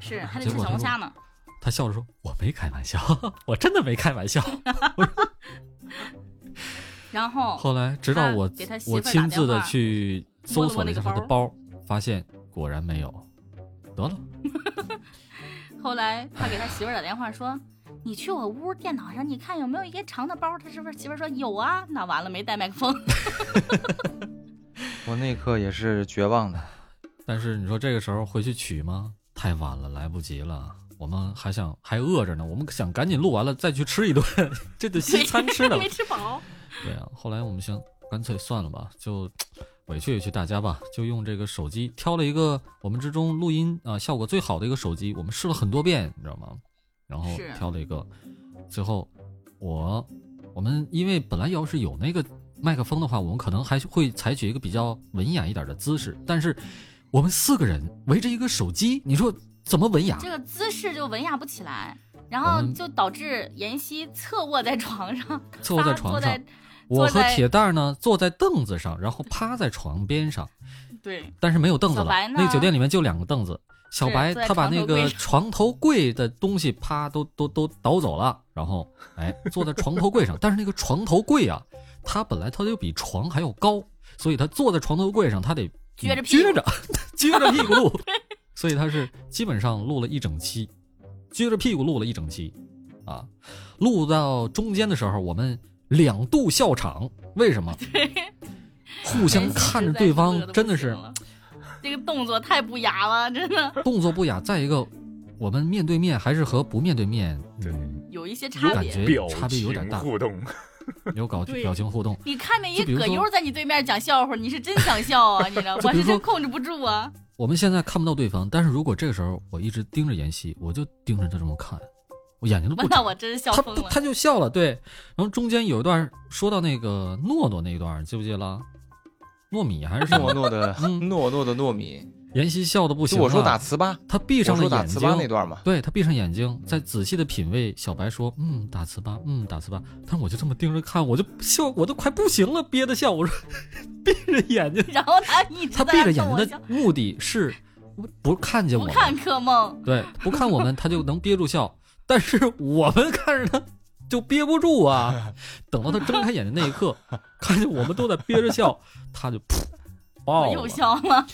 是还得
结
吃
果
小龙
他
虾呢。
他笑着说：“我没开玩笑， 我真的没开玩笑。
哦然”后
后来直到我
给他媳妇
我
儿打
亲自的
电话
去搜索了一下他的
摸了摸那个
包，发现果然没有。得了，
后来他给他媳妇儿打电话说：“你去我屋电脑上，你看有没有一个长的包？”他媳妇儿媳妇儿说：“有啊。”那完了，没带麦克风。
我那一刻也是绝望的。
但是你说这个时候回去取吗？太晚了，来不及了。我们还想还饿着呢，我们想赶紧录完了再去吃一顿， 这得西餐 吃的了
没。吃饱。
对啊，后来我们想，干脆算了吧，就委屈委屈大家吧，就用这个手机挑了一个我们之中录音啊、效果最好的一个手机，我们试了很多遍，你知道吗？然后
是
挑了一个，最后我我们因为本来要是有那个麦克风的话，我们可能还会采取一个比较文雅一点的姿势，但是我们四个人围着一个手机，你说怎么文雅？
这个姿势就文雅不起来，然
我
后
们
就导致妍希侧卧在床上，
侧卧
仨
在
坐
床上
在，
我和
坐在
铁蛋儿呢坐在凳子上，然后趴在床边上。
对，
但是没有凳子
小
了
白呢。
那个酒店里面就两个凳子。小白
坐在
他把
床头
那
柜
个
上
床头柜的东西啪都都都倒走了，然后哎坐在床头柜上， 但是那个床头柜啊，它本来它就比床还要高，所以他坐在床头柜上，他得
撅着屁股
撅着 撅着屁股录， 所以他是基本上录了一整期，撅着屁股录了一整期，啊，录到中间的时候我们两度笑场，为 什么？互相
妍希
看着
实在
对
是
方
乐得，不
真的
行
是。
了这个动作太不雅了，真的
动作不雅，再一个，我们面对面还是和不面对面，
对
嗯，
有一些
有
差
感
别。
觉
表
差别有点
情
大，
互动，
有搞
对
表情互动。
你看着一
就比如
葛
说
优在你对面讲笑话，你是真想笑啊？你知道，
就
我
比如
是
说
真控制不住啊。
我们现在看不到对方，但是如果这个时候我一直盯着妍希，我就盯着她这么看，我眼睛都不
那
眨。
我真是笑
他
疯了。
他就笑了，对。然后中间有一段说到那个诺诺那一段，记不记得了？糯米还是什
诺
么？
诺 的
嗯
诺诺的糯米，
妍希笑的不
就
行了。啊
我说打糍粑，
他闭上
我说
了
打
眼
糍
睛。
粑那段嘛，
对他闭上眼睛，
嗯
再仔细的品味。小白说：“嗯，打糍粑，嗯，打糍粑。”但是我就这么盯着看，我就笑，我都快不行了，憋得笑。我说，闭着眼睛，
然后他一直
他
在
闭
那
着眼
逗我
睛
笑
的目的 是不看见我
不
们，
看柯梦，
对，不看我们，他就能憋住笑。但是我们看着他，就憋不住 啊。等到他睁开眼睛那一刻，看见我们都在憋着笑，他就噗
我
爆了
又。笑了。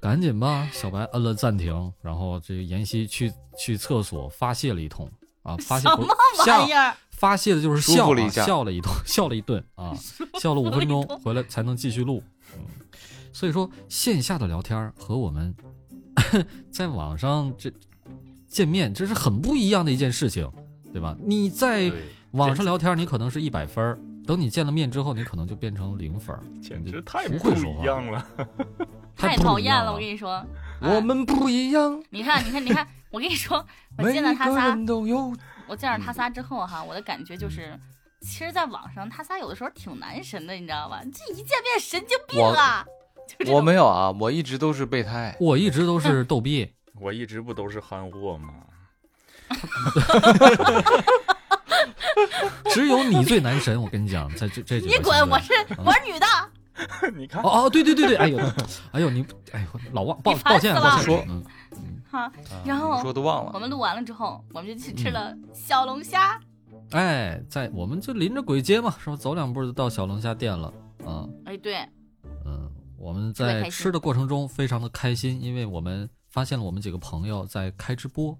赶紧吧，小白摁了暂停，然后这个妍希去去厕所发泄了一通啊， 发泄
什
不
么
笑
玩意儿？
发泄的就是
舒
笑
服了
啊
一下
笑了一通， 笑了一顿啊，笑了五分钟，回来才能继续录。嗯，所以说线下的聊天儿和我们 在网上这见面，这是很不一样的一件事情，对吧？你在
对
网上聊天儿，你可能是一百分儿，等你见了面之后，你可能就变成零分儿，
简直太
不
不
会说
一
话
样了。
太
不
讨
一
厌
样
了，
了。
我跟你说。
我们不一样，
你看，你看，你看，我跟你说，我
每
见到
个
他仨，
人都有。
我见
嗯
到他仨之后哈，我的感觉就是，其实，在网上他仨有的时候挺男神的，你知道吧？这一见面神经病啊！就 这
我
种
没有啊，我一直都是备胎。
我一直都是逗逼，
我一直不都是憨货吗？
只有你最男神，我跟你讲，在这这几
你
个
滚！
现在
我是我是女的，
你看，
哦哦，对对对对，哎呦， 哎呦，你哎呦，老忘抱
你烦
抱歉
死
啊
了
抱歉，
说
嗯
哈。
啊
然后
你说都忘
我
了，
们录完了之后，我们就去
嗯
吃了小龙虾，
哎，在我们就临着鬼街嘛，是吧？走两步就到小龙虾店了啊。
哎，对，
嗯，我们
特别开
在
心
吃的过程中非常的开心，因为我们发现了我们几个朋友在开直播。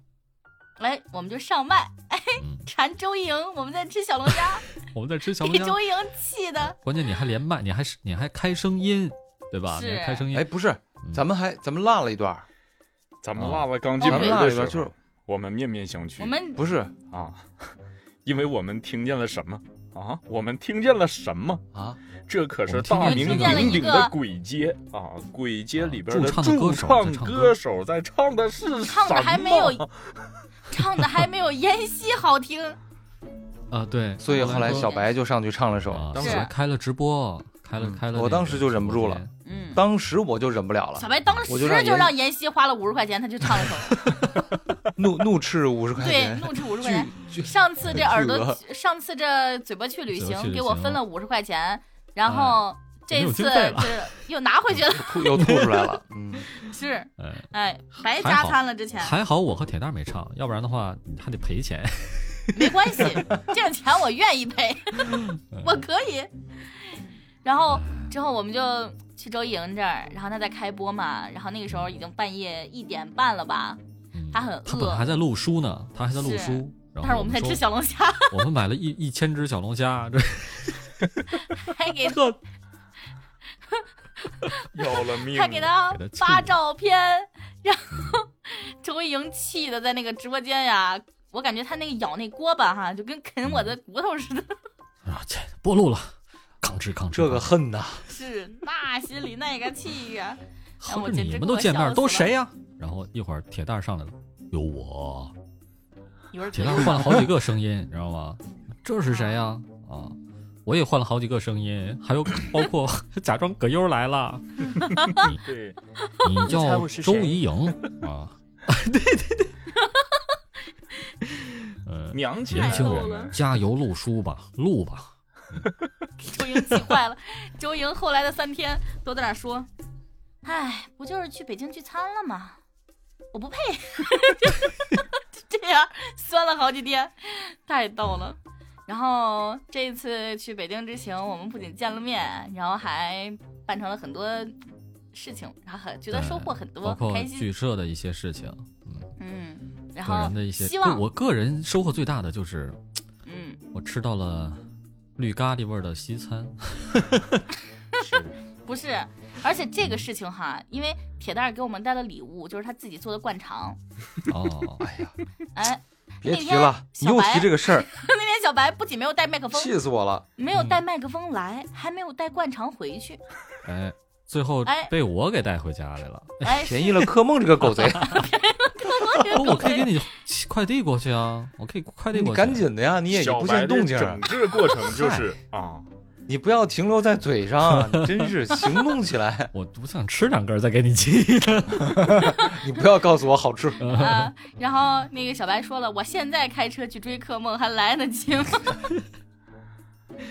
哎，我们就上麦，哎
嗯，
馋周莹，我们在吃小龙虾，
我们在吃小龙
给
虾，
周莹气的，
关键你还连麦，你还是你还开声音，对吧？
是
你还开声音
哎，，不是，
嗯
咱们还咱们落了一段儿，
咱们
哦
辣了刚进
咱
门
们落了
对
的
一段
时候，
儿就是
我们面面相觑。
我们
不是
啊， 因为我们听见了什么啊？我们听见了什么？
啊？
这可是大名鼎鼎的鬼街啊！鬼街里边的
啊
驻
驻唱
唱
的歌手在唱歌
歌手在唱的是
唱
什
的还没有
么？
唱的还没有妍希好听，
啊，对，
所以后来
说
小白就上去唱了首
啊，，
当
小
时
白开了直播，开了
嗯
开了那个直播间，
我当时就忍不住了
嗯。
当时我就忍不了了
小，白当时
我就让
就
妍
让妍希花了五十块钱，他就唱了首，
怒怒斥五十块
对，
钱，
怒斥五十块钱。
哎巨巨
上次这耳
巨
朵
额，
上次这嘴巴去旅
嘴巴去
行
旅
给我
行
分了五十块钱，然后
没
这
有
次
经费了
这又拿回去了，
吐又吐出来 了，嗯，
是，
哎。
哎，白
还
加
好
餐了。之前
还好我和铁蛋儿没唱，要不然的话还得赔 钱。
没关系，这个钱我愿意赔， 我可以。然后之后我们就去周莹这儿，然后他在开播嘛，然后那个时候已经半夜一点半了吧，
嗯
他很饿
他本来还在录书呢，他还在录
是
书。然后
但是我们在吃
说
小龙虾，
我们买了一一千只小龙 虾，这
还 给
特
要了命！
他给他
给他气
发
的
照片，然后 周莹气的在那个直播间呀、我感觉他那个咬那锅巴哈，就跟啃我的
嗯
骨头似的，
啊，这不录了，吭哧吭哧。
这个
吭哧
恨呐，
是那心里那个气呀、
合
哎我
着
简
你
直
们
给
都
我
见
笑
面儿，
死
都
了
谁呀、然后一会儿铁蛋儿上来了，有我。
一会儿
铁蛋儿换了好几个声音，你知道吗？这是谁呀、啊？我也换了好几个声音，还有包括 假装葛优来了，
对，
你
猜
叫
我是
周
谁
怡莹啊，对对对， 呃，
娘亲
年
太
轻
逗
人
了
们加油录书吧，录吧。
周莹气坏了。 周莹后来的三天都在那儿说：“哎，不就是去北京聚餐了吗？我不配。” 就这样酸了好几天，太逗了。然后这一次去北京之行，我们不仅见了面，然后还办成了很多事情，然后很觉得收获很
包
多，很
括
开心。
剧社的一些事情，
嗯，然
个
后
人的一些，
希
对
望
我个人收获最大的就是
嗯，
我吃到了绿咖喱味儿的西餐，
不是，而且这个事情哈，因为铁蛋儿给我们带了礼物，就是他自己做的灌肠，
哦，
哎呀，
哎，
别提了，你
那天
又
小白
提这个事儿，
那天小白不仅没有带麦克风，
气死我了。
没有带麦克风来，还没有带灌肠回去。
哎，最后
哎
被我给带回家来 了。
哎，
便宜了柯梦这个狗贼，
不，哦我可以给你快递过去啊，我可以快递
你
过去。
赶紧的呀，你也
小
不
白
见
的
动静啊儿，
整个过程就是啊，
你不要停留在嘴上，你真是行动起来，
我我想吃两根儿再给你寄的。
你不要告诉我好 吃。
啊，然后那个小白说了，我现在开车去追柯梦还来得及吗？哎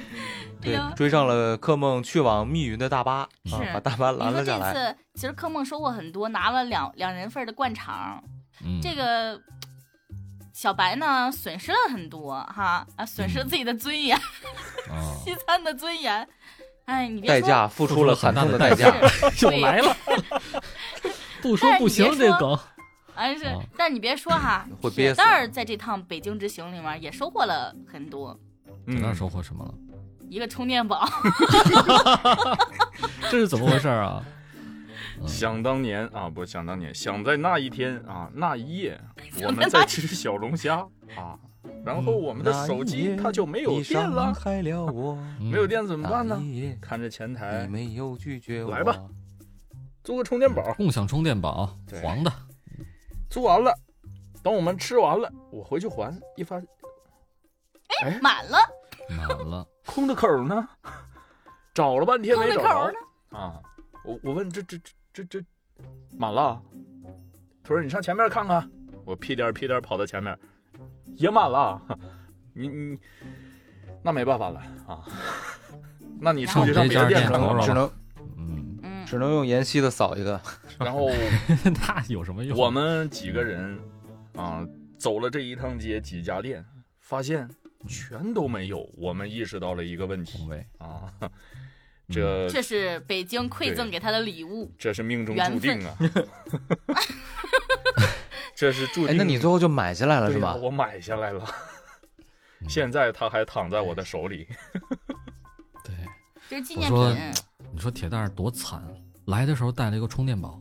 对
呀，
追上了柯梦去往密云的大巴，
是
啊，把大巴
你
拦
说
了下
这
来。
次其实柯梦收获很多，拿了两两人份儿的灌肠。
嗯，
这个小白呢，损失了很多哈啊，损
嗯
失了自己的尊严，
啊，
西餐的尊严。哎，你别
代
说，
价付出了惨痛的代
付出
价
了，
是对
了，不
说不行这
梗。
哎是
嗯
啊，
但你别说哈，
会
铁
憋死
蛋。儿在这趟北京之行里面也收获了很多，
铁蛋
嗯，
收获什么了？
一个充电宝，
这是怎么回事儿 啊？嗯
想当年啊，不想当年，想在那一天啊，那一夜我们
想在那
在
一
吃小龙虾啊，然后我们的
那
手
一
机
夜
它就没有
你
电
伤
了，
害了嗯我，
嗯
没有电怎么办
那
呢？
一夜
看着前
你
台
没有拒绝我。
来吧，租个充电宝，
共享充电宝，
对
黄的。
租完了，等我们吃完了，我回去还，一发哎
满了，
满了，
空的口呢， 找了半天
空
没
的
找
口
着
儿呢。
啊，我我问这这这这这满了，他说你上前面看看，我屁颠儿屁颠儿跑到前面，也满了，你你那没办法了啊，那你出去上别的
只
店
上
看看
能
吧
只能
嗯，
嗯，
只能用妍希的扫一个。
然后
那有什么用？
我们几个人啊，走了这一趟街几家店，发现全都没有，我们意识到了一个
红
问题
卫，
啊，
嗯
这
这是北京馈赠
对
给他的礼物。
这是命中注
缘
定
分
啊，这是注
哎
定。，
那你最后就买下来了
对
是吧？
呀我买下来了，
嗯
现在它还躺在我的手里。
对，
这是纪
我
念
说
品，
你说铁蛋儿多惨，来的时候带了一个充电宝，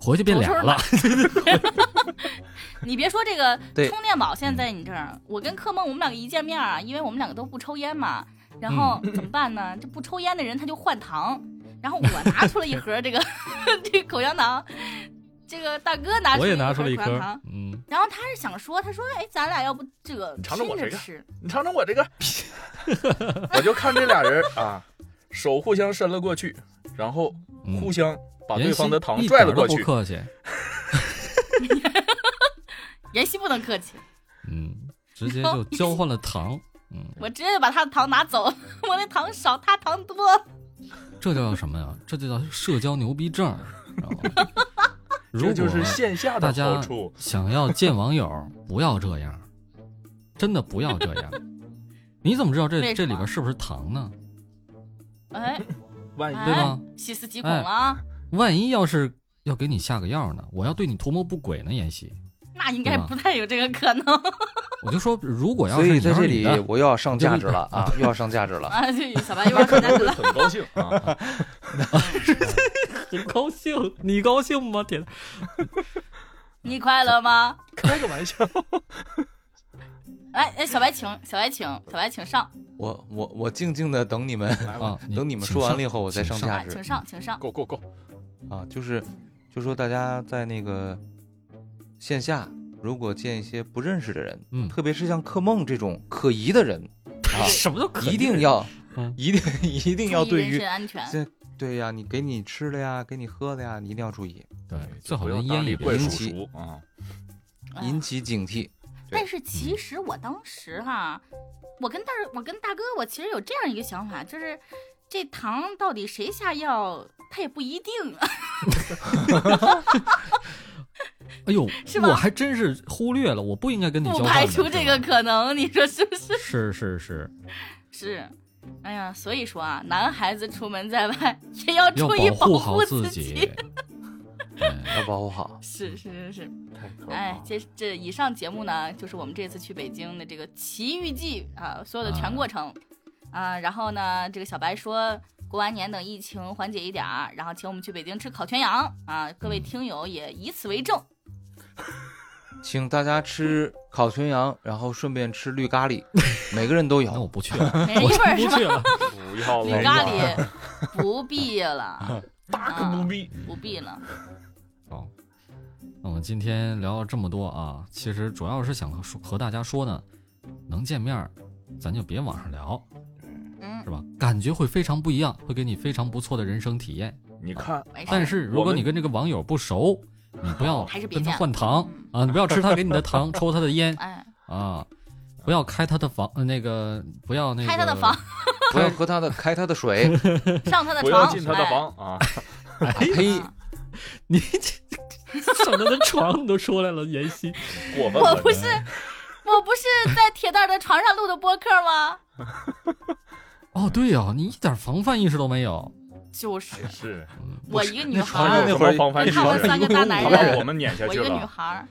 回去变俩
头
了。
你别说这个
对
充电宝
嗯
现在在你这儿，我跟柯梦我们两个一见面啊，因为我们两个都不抽烟嘛，
嗯
然 后怎么办呢？这不抽烟的人他就换糖，然后我拿出了一盒这个 这个口香糖，这个大哥拿出
我也
了
拿出了一
一盒口
颗
香糖，，
嗯，
然后他是想说，他说哎，咱俩要不这个
你尝
拼
尝我这
着
个
吃，
你尝尝我这个，我就看这俩人啊，手互相伸了过去，然后
嗯
互相把
妍
对
希
方的糖
一
拽
点
了
儿都
过
不
去。
客气，
妍希不能客气，
嗯，直接 就交换了糖，嗯，
我直接就把他的糖拿走， 我那糖少，他糖多，
这叫什么呀？这就叫社交牛逼症儿，知道 吗？如
这
果啊
就是线下
大
的
家
好处。
想要见网友，不要这样，真的不要这样。你怎么知道这
为
这
什么
里边是不是糖呢？
哎，
万一
对
哎
吧，
细思极恐了啊，
万一要是要给你下个药呢？我要对你图谋不轨呢，妍希。
那应该
对吧
不太有这个可能。
我就说，如果要
所
是
以
你
在
要
这
是你
里
的
我又要上价值了
啊
啊， 又要上价值了。
啊，对，小白有点可
他可能
能
会很高兴 啊，
很高兴，你高兴吗？铁蛋，
你快乐吗？
开个玩笑。
哎哎，小白请，小白请，小白请上，
我我我静静的等你们，
来吧
啊，
哎等你们说完了以后我再上
请
价
哎，
值
请上，请上。
，go go go，
啊。就是就说大家在那个线下，如果见一些不认识的人，
嗯，
特别是像克梦这种可疑的人啊
什么都可以
一定要
嗯
一定一定要
注
对
意人
于
身安全。
这对呀，你给你吃的呀，给你喝的呀，你一定要注意，
对，最好
不要
连
搭
烟
理
也
怪
别
叔
引
抽。
起
叔啊。
哎
引起警惕。
但是其实我当时哈，我跟大我跟大哥，我其实有这样一个想法，就是这糖到底谁下药，他也不一定。
哎呦
是，吧
我还真是忽略了，我不应该跟你交
不
换的。
排除这
是
个
吧
可能，你说是不是？
是是是，
是。哎呀，所以说啊，男孩子出门在外也要
要
注意
护好
护
自哎
己。。
对
要保护好。
嗯
是是是是。
太可怕
哎
了，，
这这以上节目呢，就是我们这次去北京的这个《奇遇记》啊，所有的全过程啊然后呢，这个小白说过完年等疫情缓解一点儿，然后请我们去北京吃烤全羊啊。各位
嗯
听友也以此为 证，
请大家吃烤全羊，然后顺便吃绿咖喱，每个人都
那我
有。
不去了，
每人
我
一份儿
就
是
不
吧？
哎
去了。
不要
绿
了
咖
吧，
喱不必了，
大可不必。
不必了。
好，那我们今天聊了这么多啊，其实主要是想和说和大家说呢，能见面儿，咱就别网上聊，
嗯
是，吧？感觉会非常不一样，会给你非常不错的人生体验。
你看，
没事。
但是如
我
果
们
你跟这个网友不熟，你不要
还是别
跟他
见了嗯
换糖啊，你不要吃他给你的糖，抽他的烟
哎，
啊，不要开他的房，呃那个不要那个
开他 的房，
不要喝他的，开他的水。
上他的
不要
床，嗯
进他的房 啊！
啊呸！
哎。
你这上他的床你都说来了，妍希，
过分
我
了，
不是，我不是在铁蛋儿的床上录的播客吗？
哦对哦，你一点防范意识都没有，
就是
真是
我一个女
那
孩
床上
儿，
那会儿
有什么防范
你
意
看我们
识
三个大男
好把
人，
我们撵下
我
去
一个女
了。
孩儿，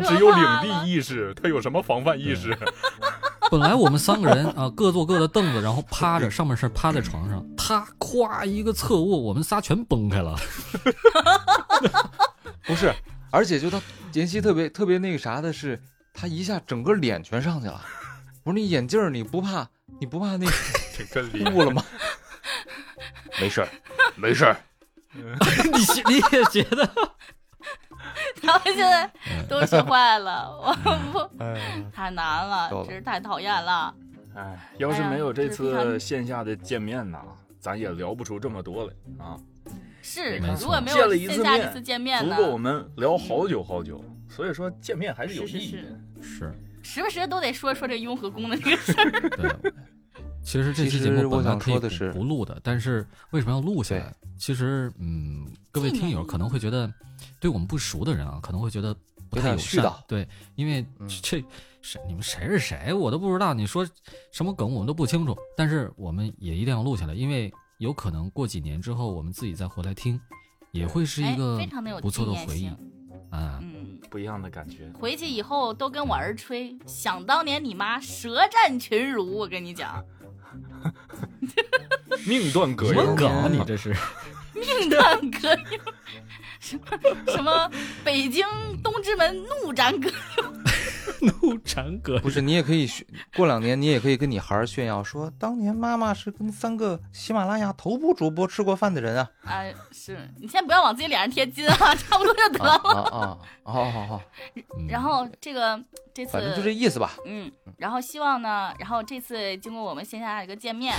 他
只有领地意识，他有什么防范意识？
嗯
本来我们三个人啊，各坐各的凳子，然后趴着，上半身趴在床上，他咵一个侧卧，我们仨全崩开了。
不是，而且就他妍希特别特别那个啥的是，他一下整个脸全上去了。我说你眼镜儿你不怕你不怕那个
这个理
雾了吗？没事儿，没事儿。
你是你也觉得？
他们现在都学坏了，我
哎
不太难了
够，了
真是太讨厌了。
哎，要是没有这
哎呀这是非
次
常
线下的见面呐，咱也聊不出这么多来啊！
是
没，错
如果没
见
有
了一次
线下
面
一次见面
足
呢，
够我们聊好久好久，所以说见面还是有意义
是是
的。
是
时不时都得说说这雍和宫的这个事儿。
对。其实这
其
期
实
节目
我
本来
想
可以
说的
不
是
不录的，但是为什么要录下来？其实，嗯，各位
纪念
听友
意义
可能会觉得，对我们不熟的人啊，可能会觉得不
有
太
点
友
絮
善
叨。
对，因为
嗯
这谁你们谁是谁，我都不知道。你说什么梗，我们都不清楚。但是我们也一定要录下来，因为有可能过几年之后，我们自己再回来听，也会是
哎
一个
非常的有
不错的
纪念
回忆
性
啊。
嗯，
不一样的感觉。
回去以后都跟我儿吹，想当年你妈舌战群儒，我跟你讲，
命断葛
什
优
么，梗啊？
嗯
你这是？
命断葛优，什么什么北京东直门怒斩葛，
怒斩葛
不是，你也可以炫，过两年你也可以跟你孩儿炫耀说，当年妈妈是跟三个喜马拉雅头部主播吃过饭的人啊！
哎，是你先不要往自己脸上贴金啊，差不多就得
啊
了。
啊啊！好好 好，
嗯
然后这个这次
反正就这意思吧。
嗯，然后希望呢，然后这次经过我们线下的一个见面，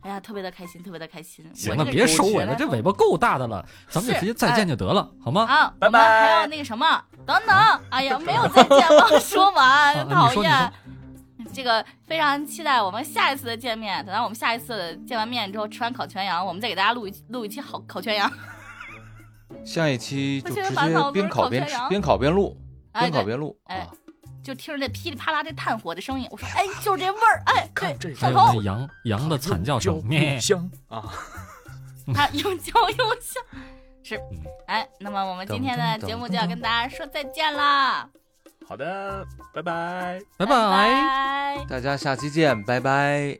哎呀，特别的开心，特别的开心。
行
我
了，
这个
别
人
收尾
学
了，
来
这
后
尾巴够大的了，咱们就是直接再见就得了，好吗？
啊，
拜
我们还
拜
要那个什么，等等，哎呀，没有再见了，说
啊
完，
你
讨
说你
厌
说。
这个非常期待我们下一次的见面。等到我们下一次见完面之后，吃完烤全羊，我们再给大家录一录一期好烤全羊。
下一期就
我觉得
直
烦恼
接边
不是
烤边
烤全
吃，
羊
边烤边录，
哎，
边烤
对，
边录
哎
啊！
就听着这噼里啪啦这炭火的声音，我说，哎，就是这味儿， 哎，对，
这
还
上
有
头
那羊羊的惨叫
哎
声，咩
故！乡啊，
它又焦又香。是
嗯，
哎，那么我们今天
噔
的
噔
节目
噔
就要跟大家说再见啦，
好的，拜拜。
拜
拜。
大家下期见，拜拜。